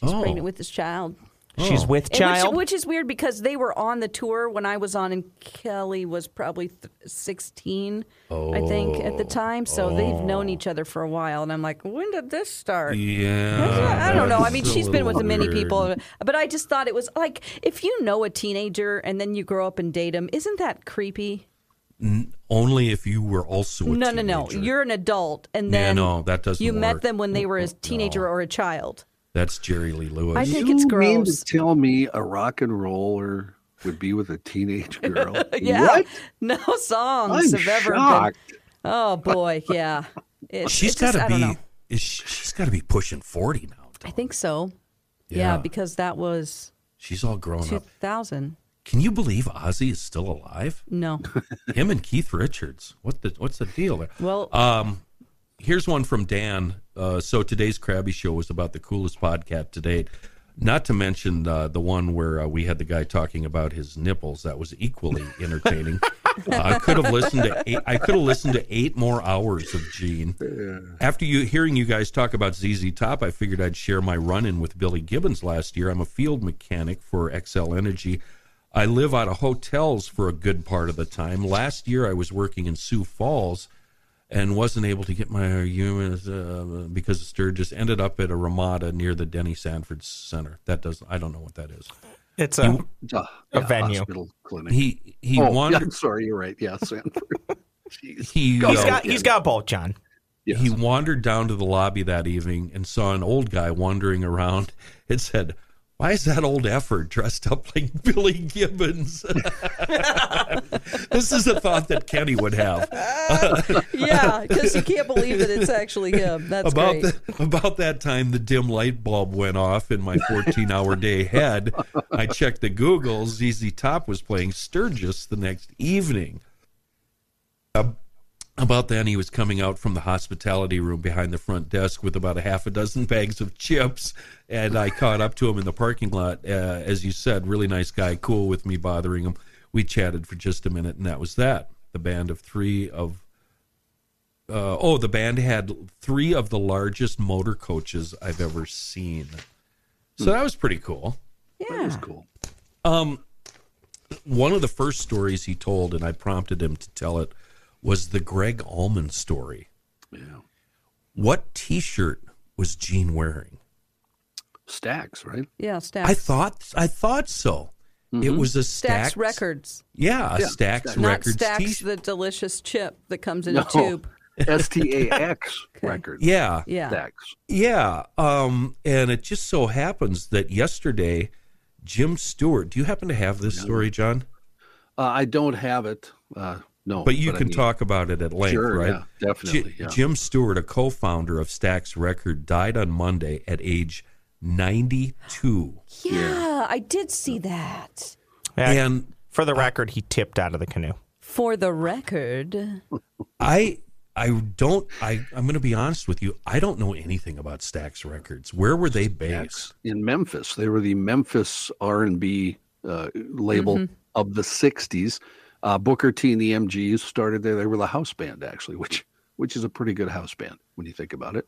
Speaker 5: She's
Speaker 4: Oh.
Speaker 5: pregnant with this child.
Speaker 6: She's with
Speaker 5: And which-
Speaker 6: child.
Speaker 5: Which, is weird because they were on the tour when I was on, and Kelly was probably th- 16, I think, at the time. So they've known each other for a while. And I'm like, when did this start?
Speaker 4: Oh. Yeah.
Speaker 5: I don't know. I mean,
Speaker 4: that's a
Speaker 5: she's been with
Speaker 4: little
Speaker 5: many
Speaker 4: weird.
Speaker 5: people, but I just thought it was like if you know a teenager and then you grow up and date him, isn't that creepy?
Speaker 4: Only if you were also a
Speaker 5: no, no, no.
Speaker 4: teenager.
Speaker 5: You're an adult, and
Speaker 4: Yeah,
Speaker 5: then
Speaker 4: no, that doesn't
Speaker 5: you met
Speaker 4: work.
Speaker 5: them when they were a teenager or a child.
Speaker 4: That's Jerry Lee Lewis.
Speaker 5: I think it's
Speaker 7: you mean
Speaker 5: gross.
Speaker 7: to tell me a rock and roller would be with a teenage girl?
Speaker 5: Yeah,
Speaker 7: What?
Speaker 5: no
Speaker 7: I'm
Speaker 5: songs have ever been
Speaker 7: shocked.
Speaker 5: Oh boy, yeah. It,
Speaker 4: she's
Speaker 5: it just-
Speaker 4: got to
Speaker 5: I don't know.
Speaker 4: be. Is she, she's got to be pushing forty now.
Speaker 5: I
Speaker 4: Don.
Speaker 5: think so. Yeah,
Speaker 4: Yeah.
Speaker 5: because that was
Speaker 4: She's all grown
Speaker 5: two
Speaker 4: up.
Speaker 5: thousand.
Speaker 4: Can you believe Ozzy is still alive?
Speaker 5: No,
Speaker 4: Him and Keith Richards. What the? What's the deal there?
Speaker 5: well,
Speaker 4: Uh. here's one from Dan. Uh, so today's Krabby Show was about the coolest podcast to date. Not to mention uh, the one where uh, we had the guy talking about his nipples. That was equally entertaining. uh, I could have listened to eight, I could have listened to eight more hours of Gene. After you hearing you guys talk about ZZ Top, I figured I'd share my run-in with Billy Gibbons last year. I'm a field mechanic for XL Energy. I live out of hotels for a good part of the time. Last year, I was working in Sioux Falls and wasn't able to get my unit uh, because of Sturgis. Ended up at a Ramada near the Denny Sanford Center. That does I don't know what that is.
Speaker 6: it's a
Speaker 7: Duh.
Speaker 6: A
Speaker 7: Yeah,
Speaker 6: venue.
Speaker 7: hospital clinic.
Speaker 4: He he
Speaker 7: oh, yeah, I'm
Speaker 4: wandered.
Speaker 7: sorry, you're right. Yeah, Sanford. Jeez.
Speaker 4: He
Speaker 6: he's
Speaker 4: uh,
Speaker 6: got he's got both, John.
Speaker 7: Yes.
Speaker 4: He wandered down to the lobby that evening and saw an old guy wandering around and said, Why is that old effort dressed up like Billy Gibbons? this is a thought that Kenny would have
Speaker 5: yeah, because you can't believe that it's actually him. That's
Speaker 4: about
Speaker 5: great.
Speaker 4: the, about that time. The dim light bulb went off in my 14-hour day head. I checked the Google. ZZ Top was playing Sturgis the next evening. Ab- about then, he was coming out from the hospitality room behind the front desk with about a half a dozen bags of chips, and I caught up to him in the parking lot. Uh, as you said, really nice guy, cool with me bothering him. We chatted for just a minute, and that was that. The band of three of uh, oh, the band had three of the largest motor coaches I've ever seen. So that was pretty cool.
Speaker 7: That was cool.
Speaker 4: One of the first stories he told, and I prompted him to tell it, was the Greg Allman story.
Speaker 7: Yeah.
Speaker 4: What t shirt was Gene wearing?
Speaker 7: Stacks, right?
Speaker 5: yeah, Stax.
Speaker 4: I thought I thought so. It was a
Speaker 5: Stax
Speaker 4: Stax,
Speaker 5: Records,
Speaker 4: Yeah, a
Speaker 7: Yeah,
Speaker 4: Stax,
Speaker 7: Stax.
Speaker 5: not
Speaker 4: Records
Speaker 5: Stax,
Speaker 4: t shirt.
Speaker 5: the delicious chip that comes in
Speaker 7: No.
Speaker 5: a tube.
Speaker 7: S T A X record.
Speaker 4: Yeah.
Speaker 5: Yeah,
Speaker 7: Stacks.
Speaker 4: Yeah, um, and it just so happens that yesterday, Jim Stewart. Do you happen to have this story, John?
Speaker 7: Uh, I don't have it. Uh, no.
Speaker 4: But you
Speaker 7: I
Speaker 4: can
Speaker 7: mean,
Speaker 4: talk about it at length,
Speaker 7: Sure,
Speaker 4: right?
Speaker 7: yeah, definitely,
Speaker 4: Ji-
Speaker 7: yeah.
Speaker 4: Jim Stewart, a co-founder of Stax Record, died on Monday at age 92.
Speaker 5: yeah, I did see that.
Speaker 6: Yeah,
Speaker 4: And
Speaker 6: for the record, he tipped out of the canoe.
Speaker 5: For the record,
Speaker 4: I I don't I I'm going to be honest with you, I don't know anything about Stax Records. Where were they based?
Speaker 7: in Memphis. They were the Memphis R and B uh, label
Speaker 4: Mm-hmm.
Speaker 7: of the '60s. Uh, Booker T and the MGs started there. They were the house band, actually, which which is a pretty good house band when you think about it.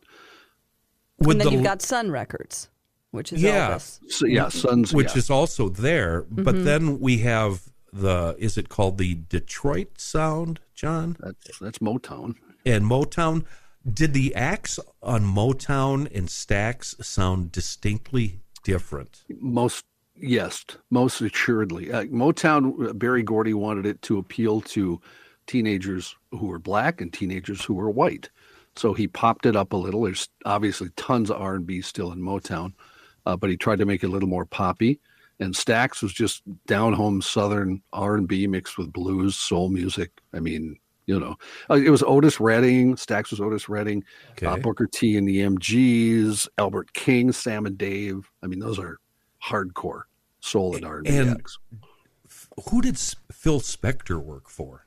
Speaker 4: Would
Speaker 5: and then
Speaker 4: the-
Speaker 5: you've got Sun Records, which is
Speaker 4: Yeah.
Speaker 5: Elvis.
Speaker 7: So, yeah, Sons.
Speaker 4: Mm-hmm. which
Speaker 7: yeah.
Speaker 4: is also there,
Speaker 5: Mm-hmm.
Speaker 4: but then we have the is it called the Detroit sound, John?
Speaker 7: that's that's Motown.
Speaker 4: and Motown. Did the acts on Motown and Stax sound distinctly different?
Speaker 7: Most yes, most assuredly. Uh, Motown. uh, Barry Gordy wanted it to appeal to teenagers who were black and teenagers who were white. So he popped it up a little. There's obviously tons of R and B still in Motown, uh, but he tried to make it a little more poppy. And Stax was just down home Southern R and B mixed with blues, soul music. I mean, you know, uh, it was Otis Redding. Stax was Otis Redding, uh,
Speaker 4: Okay.
Speaker 7: Booker T and the MGs, Albert King, Sam and Dave. I mean, those are hardcore soul and R&B
Speaker 4: And-
Speaker 7: acts.
Speaker 4: Who did S- Phil Spector work for?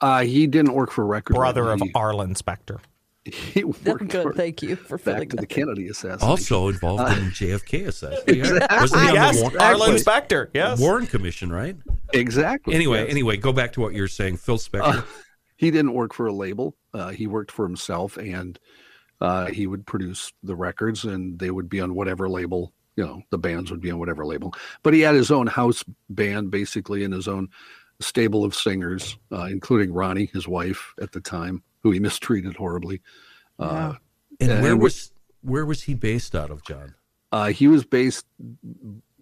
Speaker 7: Uh, he didn't work for record.
Speaker 6: Brother of
Speaker 7: Label. He-
Speaker 6: Arlen Spector.
Speaker 7: He worked for
Speaker 5: Good, thank you for filling
Speaker 7: back to
Speaker 5: that.
Speaker 7: the Kennedy assassination.
Speaker 4: Also involved in JFK assassination. Wasn't he on
Speaker 6: Yes,
Speaker 4: the Warren,
Speaker 6: Arlen Spector. Yes.
Speaker 4: Warren Commission, right?
Speaker 7: exactly.
Speaker 4: Anyway,
Speaker 7: yes.
Speaker 4: anyway, go back to what you were saying. Phil Spector.
Speaker 7: he didn't work for a label. Uh, he worked for himself, and uh, he would produce the records, and they would be on whatever label. You know, the bands would be on whatever label. But he had his own house band, basically, and his own stable of singers, uh, including Ronnie, his wife at the time, who he mistreated horribly. Uh,
Speaker 4: and
Speaker 7: and
Speaker 4: where
Speaker 7: we-
Speaker 4: was where was he based out of, John?
Speaker 7: uh, he was based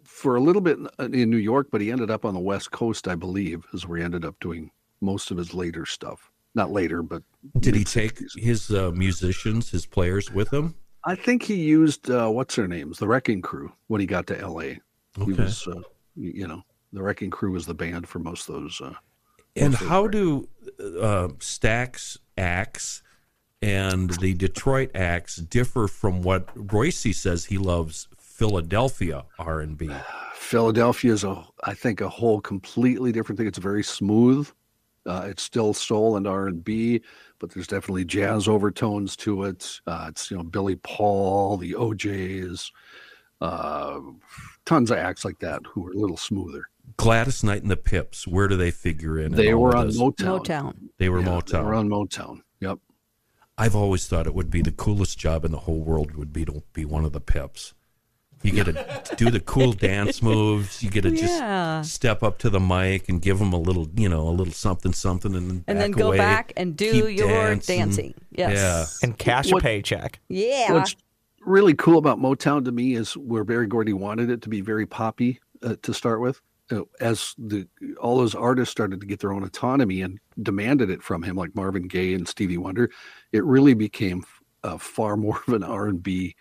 Speaker 7: for a little bit in, in New York, but he ended up on the West Coast, I believe, is where he ended up doing most of his later stuff. Not later, but
Speaker 4: Did he take his uh, musicians, his players, with him?
Speaker 7: I think he used uh, what's her names, the Wrecking Crew, when he got to L.A. He
Speaker 4: Okay.
Speaker 7: was, uh, y- you know, the Wrecking Crew was the band for most of those. Uh,
Speaker 4: And how do uh, Stax acts and the Detroit acts differ from what Royce says he loves Philadelphia R and B?
Speaker 7: Philadelphia is a, I think, a whole completely different thing. It's very smooth. Uh, it's still soul and R and B, but there's definitely jazz overtones to it. Uh, it's you know Billy Paul, the OJ's, uh, tons of acts like that who are a little smoother.
Speaker 4: Gladys Knight and the Pips, where do they figure in? in
Speaker 7: They
Speaker 4: all
Speaker 7: were
Speaker 4: of
Speaker 7: on
Speaker 4: this?
Speaker 7: Motown.
Speaker 5: Motown.
Speaker 4: They were
Speaker 7: Yeah,
Speaker 4: Motown.
Speaker 7: They were on Motown. Yep.
Speaker 4: I've always thought it would be the coolest job in the whole world would be to be one of the Pips. You get to do the cool dance moves. You get to
Speaker 5: Yeah.
Speaker 4: just step up to the mic and give them a little, you know, a little something, something, and then
Speaker 5: And then
Speaker 4: back
Speaker 5: go
Speaker 4: away,
Speaker 5: back and do
Speaker 4: keep
Speaker 5: your
Speaker 4: dancing.
Speaker 5: dancing. Yes.
Speaker 6: and cash
Speaker 7: What-
Speaker 6: a paycheck.
Speaker 5: Yeah.
Speaker 7: What's really cool about Motown to me is where Barry Gordy wanted it to be very poppy uh, to start with. Uh, as the all those artists started to get their own autonomy and demanded it from him, like Marvin Gaye and Stevie Wonder, it really became uh, far more of an R and B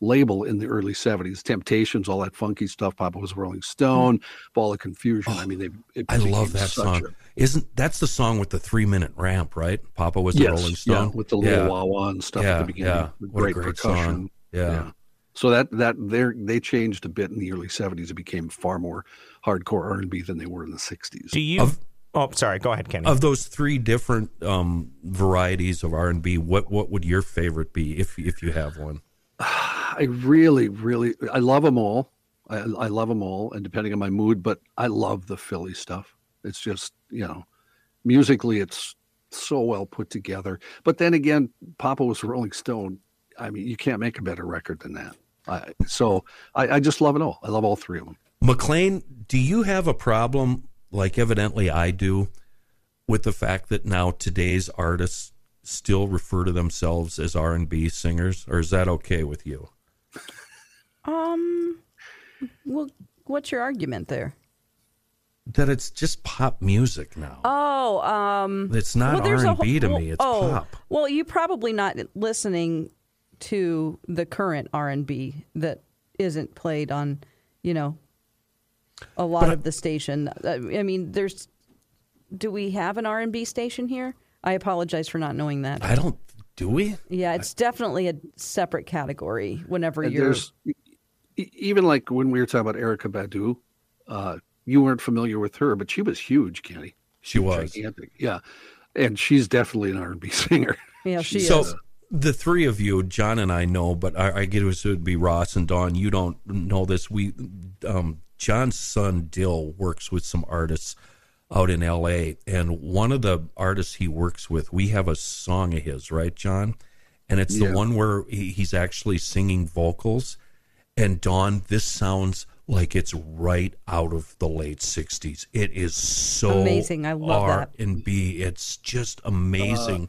Speaker 7: label in the early 70s temptations all that funky stuff papa was a rolling stone ball of confusion i mean they it
Speaker 4: Mm. I love
Speaker 7: became
Speaker 4: that
Speaker 7: such
Speaker 4: song.
Speaker 7: a-
Speaker 4: Isn't that's the song with the three minute ramp, right? Papa was the
Speaker 7: yes,
Speaker 4: Rolling
Speaker 7: yeah
Speaker 4: Stone
Speaker 7: with the little
Speaker 4: yeah.
Speaker 7: wah wah and stuff at
Speaker 4: Yeah,
Speaker 7: the beginning
Speaker 4: yeah.
Speaker 7: with
Speaker 4: What a
Speaker 7: great,
Speaker 4: great song.
Speaker 7: percussion
Speaker 4: Yeah.
Speaker 7: so that that they they changed a bit in the early 70s it became far more hardcore r&b than they were in the 60s
Speaker 6: Do you?
Speaker 4: Of-
Speaker 6: oh, sorry. Go ahead, Kenny.
Speaker 4: Of those three different um, varieties of R and B, what what would your favorite be if if you have one?
Speaker 7: I really, really, I love them all. I, I love them all, and depending on my mood, but I love the Philly stuff. It's just, you know, musically, it's so well put together. But then again, Papa was a Rolling Stone. I mean, you can't make a better record than that. I, so I, I just love it all. I love all three of them.
Speaker 4: McLean, do you have a problem, like evidently I do, with the fact that now today's artists still refer to themselves as R and B singers, or is that okay with you?
Speaker 5: Um, well, what's your argument there?
Speaker 4: That it's just pop music now.
Speaker 5: Oh, um,
Speaker 4: it's not R
Speaker 5: there's a
Speaker 4: and B to
Speaker 5: whole-
Speaker 4: me. It's
Speaker 5: oh,
Speaker 4: pop.
Speaker 5: Well, you're probably not listening to the current R and B that isn't played on, you know, a lot of the station. I I mean, there's. Do we have an R and B station here? I apologize for not knowing that.
Speaker 4: I don't. Do we?
Speaker 5: Yeah, it's definitely a separate category. Whenever
Speaker 7: And
Speaker 5: you're,
Speaker 7: There's e- even like when we were talking about Erica Badu, uh, you weren't familiar with her, but she was huge, Kenny.
Speaker 4: She was.
Speaker 7: Gigantic. Yeah. And she's definitely an R&B singer.
Speaker 5: yeah, she
Speaker 4: so
Speaker 5: is.
Speaker 4: the three of you, John and I know, but I, I guess it would be Ross and Dawn. You don't know this. We, um, John's son Dill works with some artists out in L.A. And one of the artists he works with, we have a song of his, right, John? And it's the one where he, he's actually singing vocals. And Dawn, this sounds like it's right out of the late '60s. It is so
Speaker 5: Amazing. I love that.
Speaker 4: and B. It's just amazing.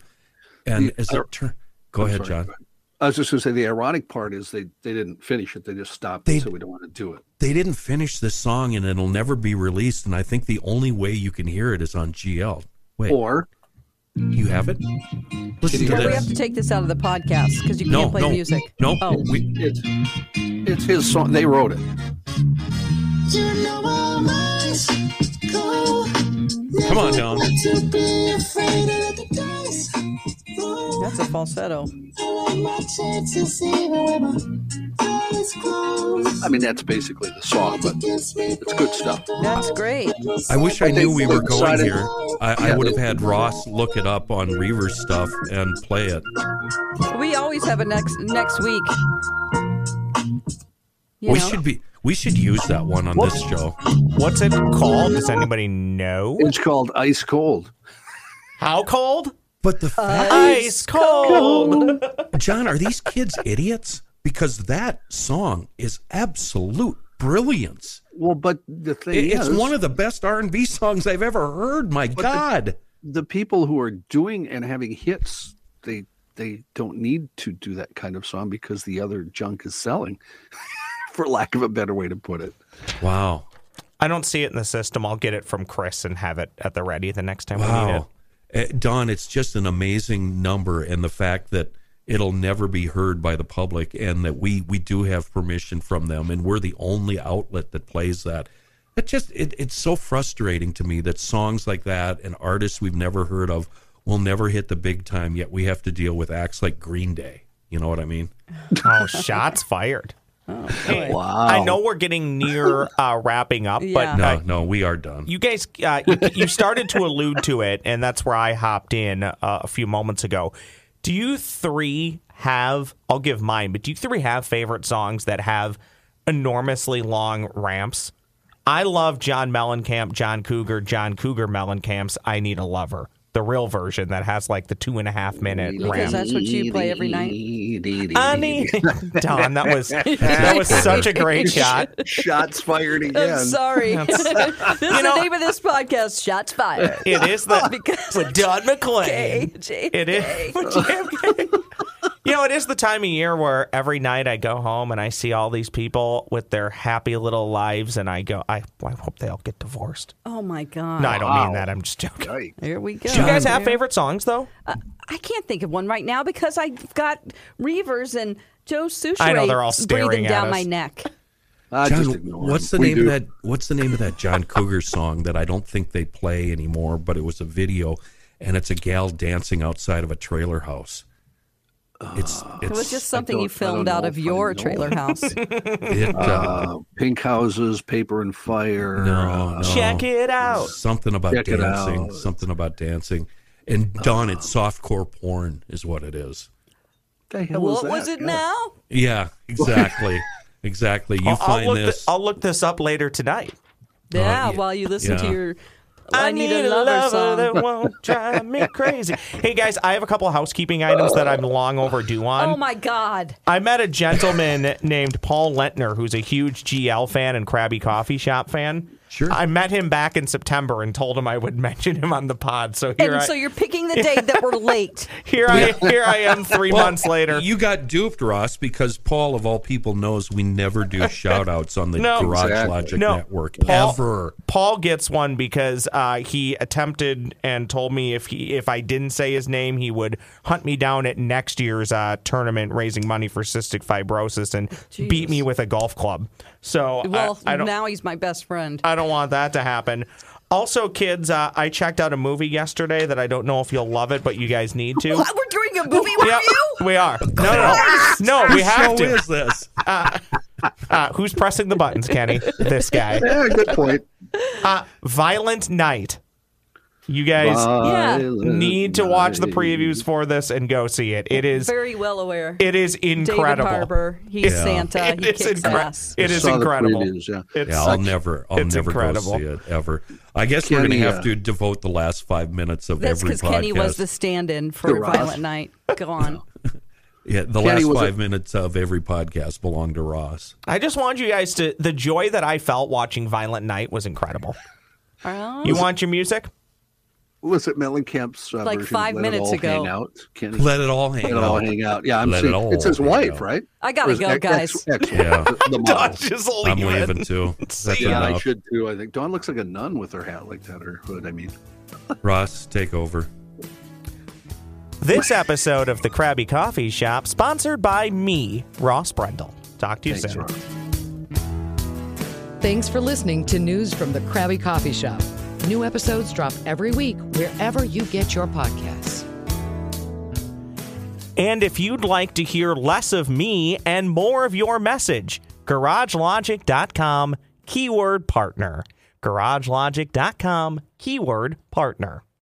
Speaker 4: and
Speaker 7: the-
Speaker 4: as it turn, go
Speaker 7: I'm
Speaker 4: ahead,
Speaker 7: sorry,
Speaker 4: John.
Speaker 7: go ahead. I was just going to say the ironic part is they they didn't finish it. They just stopped
Speaker 4: They-
Speaker 7: and said we don't want to do it.
Speaker 4: They didn't finish this song, and it'll never be released. And I think the only way you can hear it is on GL. Wait,
Speaker 7: Or
Speaker 4: you have it? Listen to
Speaker 5: Well, we have
Speaker 4: this.
Speaker 5: to take this out of the podcast because you
Speaker 4: No,
Speaker 5: can't play
Speaker 4: no,
Speaker 5: music.
Speaker 4: no.
Speaker 5: Oh,
Speaker 4: We,
Speaker 7: it's it's his song. They wrote it.
Speaker 4: come on, Don.
Speaker 5: that's a falsetto.
Speaker 7: I mean that's basically the song, but it's good stuff.
Speaker 5: That's great.
Speaker 4: I wish I
Speaker 7: But they
Speaker 4: knew we were going
Speaker 7: decided-
Speaker 4: here. I, I
Speaker 7: Yeah,
Speaker 4: would have
Speaker 7: they-
Speaker 4: had Ross look it up on Reaver's stuff and play it.
Speaker 5: We always have a next next week. You
Speaker 4: we
Speaker 5: know?
Speaker 4: should be. We should use that one on this show.
Speaker 6: What's it called? Does anybody know?
Speaker 7: It's called Ice Cold.
Speaker 6: How cold?
Speaker 4: But the fact,
Speaker 6: Ice cold.
Speaker 4: John, are these kids idiots? Because that song is absolute brilliance.
Speaker 7: Well, but the thing
Speaker 4: It-
Speaker 7: is,
Speaker 4: It's one of the best R and B songs I've ever heard. My God,
Speaker 7: the people who are doing and having hits, they they don't need to do that kind of song because the other junk is selling, for lack of a better way to put it.
Speaker 4: wow,
Speaker 6: I don't see it in the system. I'll get it from Chris and have it at the ready the next time we need it.
Speaker 4: wow, Uh, Don, it's just an amazing number, and the fact that it'll never be heard by the public, and that we we do have permission from them, and we're the only outlet that plays that. It just it, it's so frustrating to me that songs like that and artists we've never heard of will never hit the big time, yet we have to deal with acts like Green Day. You know what I mean?
Speaker 6: Oh, shots fired. Hey,
Speaker 7: Wow.
Speaker 6: I know we're getting near uh, wrapping up,
Speaker 5: Yeah.
Speaker 6: but
Speaker 4: No,
Speaker 6: uh,
Speaker 4: no, we are done.
Speaker 6: you guys, uh, you, you started to allude to it, and that's where I hopped in uh, a few moments ago. Do you three have? I'll give mine, but do you three have favorite songs that have enormously long ramps? I love John Mellencamp, John Cougar, John Cougar Mellencamp's "I Need a Lover," the real version that has like the two and a half minute
Speaker 5: Because
Speaker 6: ramp.
Speaker 5: that's what you play every night.
Speaker 6: I
Speaker 7: night.
Speaker 6: need Don. That was that was such a great shot.
Speaker 7: Shots fired
Speaker 5: I'm
Speaker 7: again.
Speaker 5: sorry. this is
Speaker 6: know-
Speaker 5: the name of this podcast. Shots fired.
Speaker 6: It is the
Speaker 5: Because
Speaker 6: with Don
Speaker 5: J-
Speaker 6: McClain.
Speaker 5: J-
Speaker 6: It is. with JFK. you know, it is the time of year where every night I go home and I see all these people with their happy little lives, and I go, I, I hope they all get divorced.
Speaker 5: Oh my god.
Speaker 6: No, I don't mean that. I'm just joking. Do
Speaker 7: Right.
Speaker 5: Here we go.
Speaker 6: you guys have
Speaker 5: There.
Speaker 6: favorite songs though?
Speaker 5: I can't think of one right now because I've got Reavers and Joe Suchere
Speaker 6: I know they're all staring
Speaker 5: breathing
Speaker 6: at
Speaker 5: down
Speaker 6: us.
Speaker 5: my neck.
Speaker 7: I
Speaker 4: John,
Speaker 7: just ignore
Speaker 4: what's the
Speaker 7: them. We
Speaker 4: name of
Speaker 7: do.
Speaker 4: that? What's the name of that John Cougar song that I don't think they play anymore? But it was a video, and it's a gal dancing outside of a trailer house. It's, it's
Speaker 5: It was just something
Speaker 7: don't- I
Speaker 5: you
Speaker 7: don't
Speaker 5: filmed out
Speaker 7: know
Speaker 5: of
Speaker 7: if I
Speaker 5: your
Speaker 7: know.
Speaker 5: trailer house.
Speaker 4: it, uh,
Speaker 7: Uh, pink houses, paper and fire. Uh,
Speaker 4: no, no.
Speaker 6: Check it out.
Speaker 4: Something about
Speaker 7: Check it
Speaker 4: dancing.
Speaker 7: out. Ah.
Speaker 4: Something about dancing. And Don, it's softcore porn, is what it is.
Speaker 7: The hell
Speaker 5: what
Speaker 7: is that?
Speaker 5: was it
Speaker 7: Yeah.
Speaker 5: now?
Speaker 4: Yeah, exactly, exactly. You
Speaker 6: I'll, I'll
Speaker 4: find
Speaker 6: look thi-
Speaker 4: this.
Speaker 6: I'll look this up later tonight. Uh,
Speaker 5: Yeah,
Speaker 4: yeah.
Speaker 5: while you listen
Speaker 4: Yeah.
Speaker 5: to your I, need, a lover, song.
Speaker 6: that won't drive me crazy. Hey guys, I have a couple of housekeeping items that I'm long overdue on.
Speaker 5: Oh my God.
Speaker 6: I met a gentleman named Paul Lentner, who's a huge GL fan and Krabby Coffee Shop fan.
Speaker 4: Sure.
Speaker 6: I met him back in September and told him I would mention him on the pod. So here,
Speaker 5: and
Speaker 6: I,
Speaker 5: so you're picking the day that we're late.
Speaker 6: here I here I am three
Speaker 4: Well,
Speaker 6: months later.
Speaker 4: You got duped, Ross, because Paul, of all people, knows we never do shout outs on the
Speaker 6: No.
Speaker 4: Garage
Speaker 7: Exactly.
Speaker 4: Logic
Speaker 6: No.
Speaker 4: Network
Speaker 6: Paul-
Speaker 4: ever.
Speaker 6: Paul gets one because uh, he attempted and told me if he if I didn't say his name, he would hunt me down at next year's uh, tournament raising money for cystic fibrosis and beat me with a golf club. So I-
Speaker 5: Well,
Speaker 6: I, don't
Speaker 5: now he's my best friend.
Speaker 6: I don't want that to happen. Also, kids, uh, I checked out a movie yesterday that I don't know if you'll love it, but you guys need to.
Speaker 5: What? We're doing a movie
Speaker 6: Yeah,
Speaker 5: review?
Speaker 6: we are. No, no, no, no we have
Speaker 4: show
Speaker 6: to.
Speaker 4: is this?
Speaker 6: Uh, who's pressing the buttons, Kenny? This guy.
Speaker 7: Yeah, good point.
Speaker 6: Uh, Violent Night. You guys
Speaker 5: Yeah.
Speaker 7: Violent
Speaker 6: need to watch the
Speaker 7: night.
Speaker 6: previews for this and go see it. It is
Speaker 5: Very well aware.
Speaker 6: it is
Speaker 5: David
Speaker 6: incredible.
Speaker 5: Harbor. He's
Speaker 4: Yeah.
Speaker 5: Santa.
Speaker 6: It
Speaker 5: he
Speaker 6: is
Speaker 5: kicks
Speaker 6: incre-
Speaker 5: ass.
Speaker 6: It
Speaker 7: I
Speaker 6: is
Speaker 7: saw the
Speaker 6: incredible.
Speaker 7: previews, yeah.
Speaker 6: It's
Speaker 4: Yeah, I'll
Speaker 6: such-
Speaker 4: never, I'll
Speaker 6: it's
Speaker 4: never
Speaker 6: incredible.
Speaker 4: go see it ever. I guess we're
Speaker 7: Kenny,
Speaker 4: going to have
Speaker 7: uh,
Speaker 4: to devote the last five minutes of
Speaker 5: That's
Speaker 4: every
Speaker 5: because
Speaker 4: podcast.
Speaker 5: Kenny was the stand-in for
Speaker 7: Hey, Ross.
Speaker 5: Violent Night. Go on.
Speaker 4: yeah, the
Speaker 7: Kenny
Speaker 4: last
Speaker 7: was a-
Speaker 4: five minutes of every podcast belonged to Ross.
Speaker 6: I just want you guys to the joy that I felt watching Violent Night was incredible.
Speaker 5: Oh.
Speaker 6: You want your music?
Speaker 7: Was it Mellencamp's uh,
Speaker 5: Like
Speaker 7: version,
Speaker 5: five
Speaker 7: Let It
Speaker 5: minutes
Speaker 7: All
Speaker 5: ago.
Speaker 7: Hang out. Kenny?
Speaker 4: Let it all hang
Speaker 7: Let it all
Speaker 4: out.
Speaker 7: hang out. Yeah, I'm
Speaker 4: Let it
Speaker 7: seeing
Speaker 4: all
Speaker 7: it's his
Speaker 4: hang
Speaker 7: wife,
Speaker 4: out.
Speaker 7: right?
Speaker 5: I gotta
Speaker 7: Or is it
Speaker 5: go,
Speaker 7: ex-
Speaker 5: guys.
Speaker 7: ex- ex-
Speaker 4: Yeah.
Speaker 7: the- the model.
Speaker 6: Dodge is
Speaker 4: Oh, I'm
Speaker 6: leaving.
Speaker 4: leaving too. That's
Speaker 6: See ya.
Speaker 7: Yeah, I
Speaker 4: enough.
Speaker 7: should too. I think Dawn looks like a nun with her hat like that, or hood. I mean,
Speaker 4: Ross, take over.
Speaker 6: This episode of the Krabby Coffee Shop, sponsored by me, Ross Brendel. Talk to you
Speaker 7: thanks,
Speaker 6: soon.
Speaker 7: Ron.
Speaker 1: Thanks for listening to News from the Krabby Coffee Shop. New episodes drop every week wherever you get your podcasts.
Speaker 6: And if you'd like to hear less of me and more of your message, garagelogic.com keyword partner. garagelogic.com keyword partner.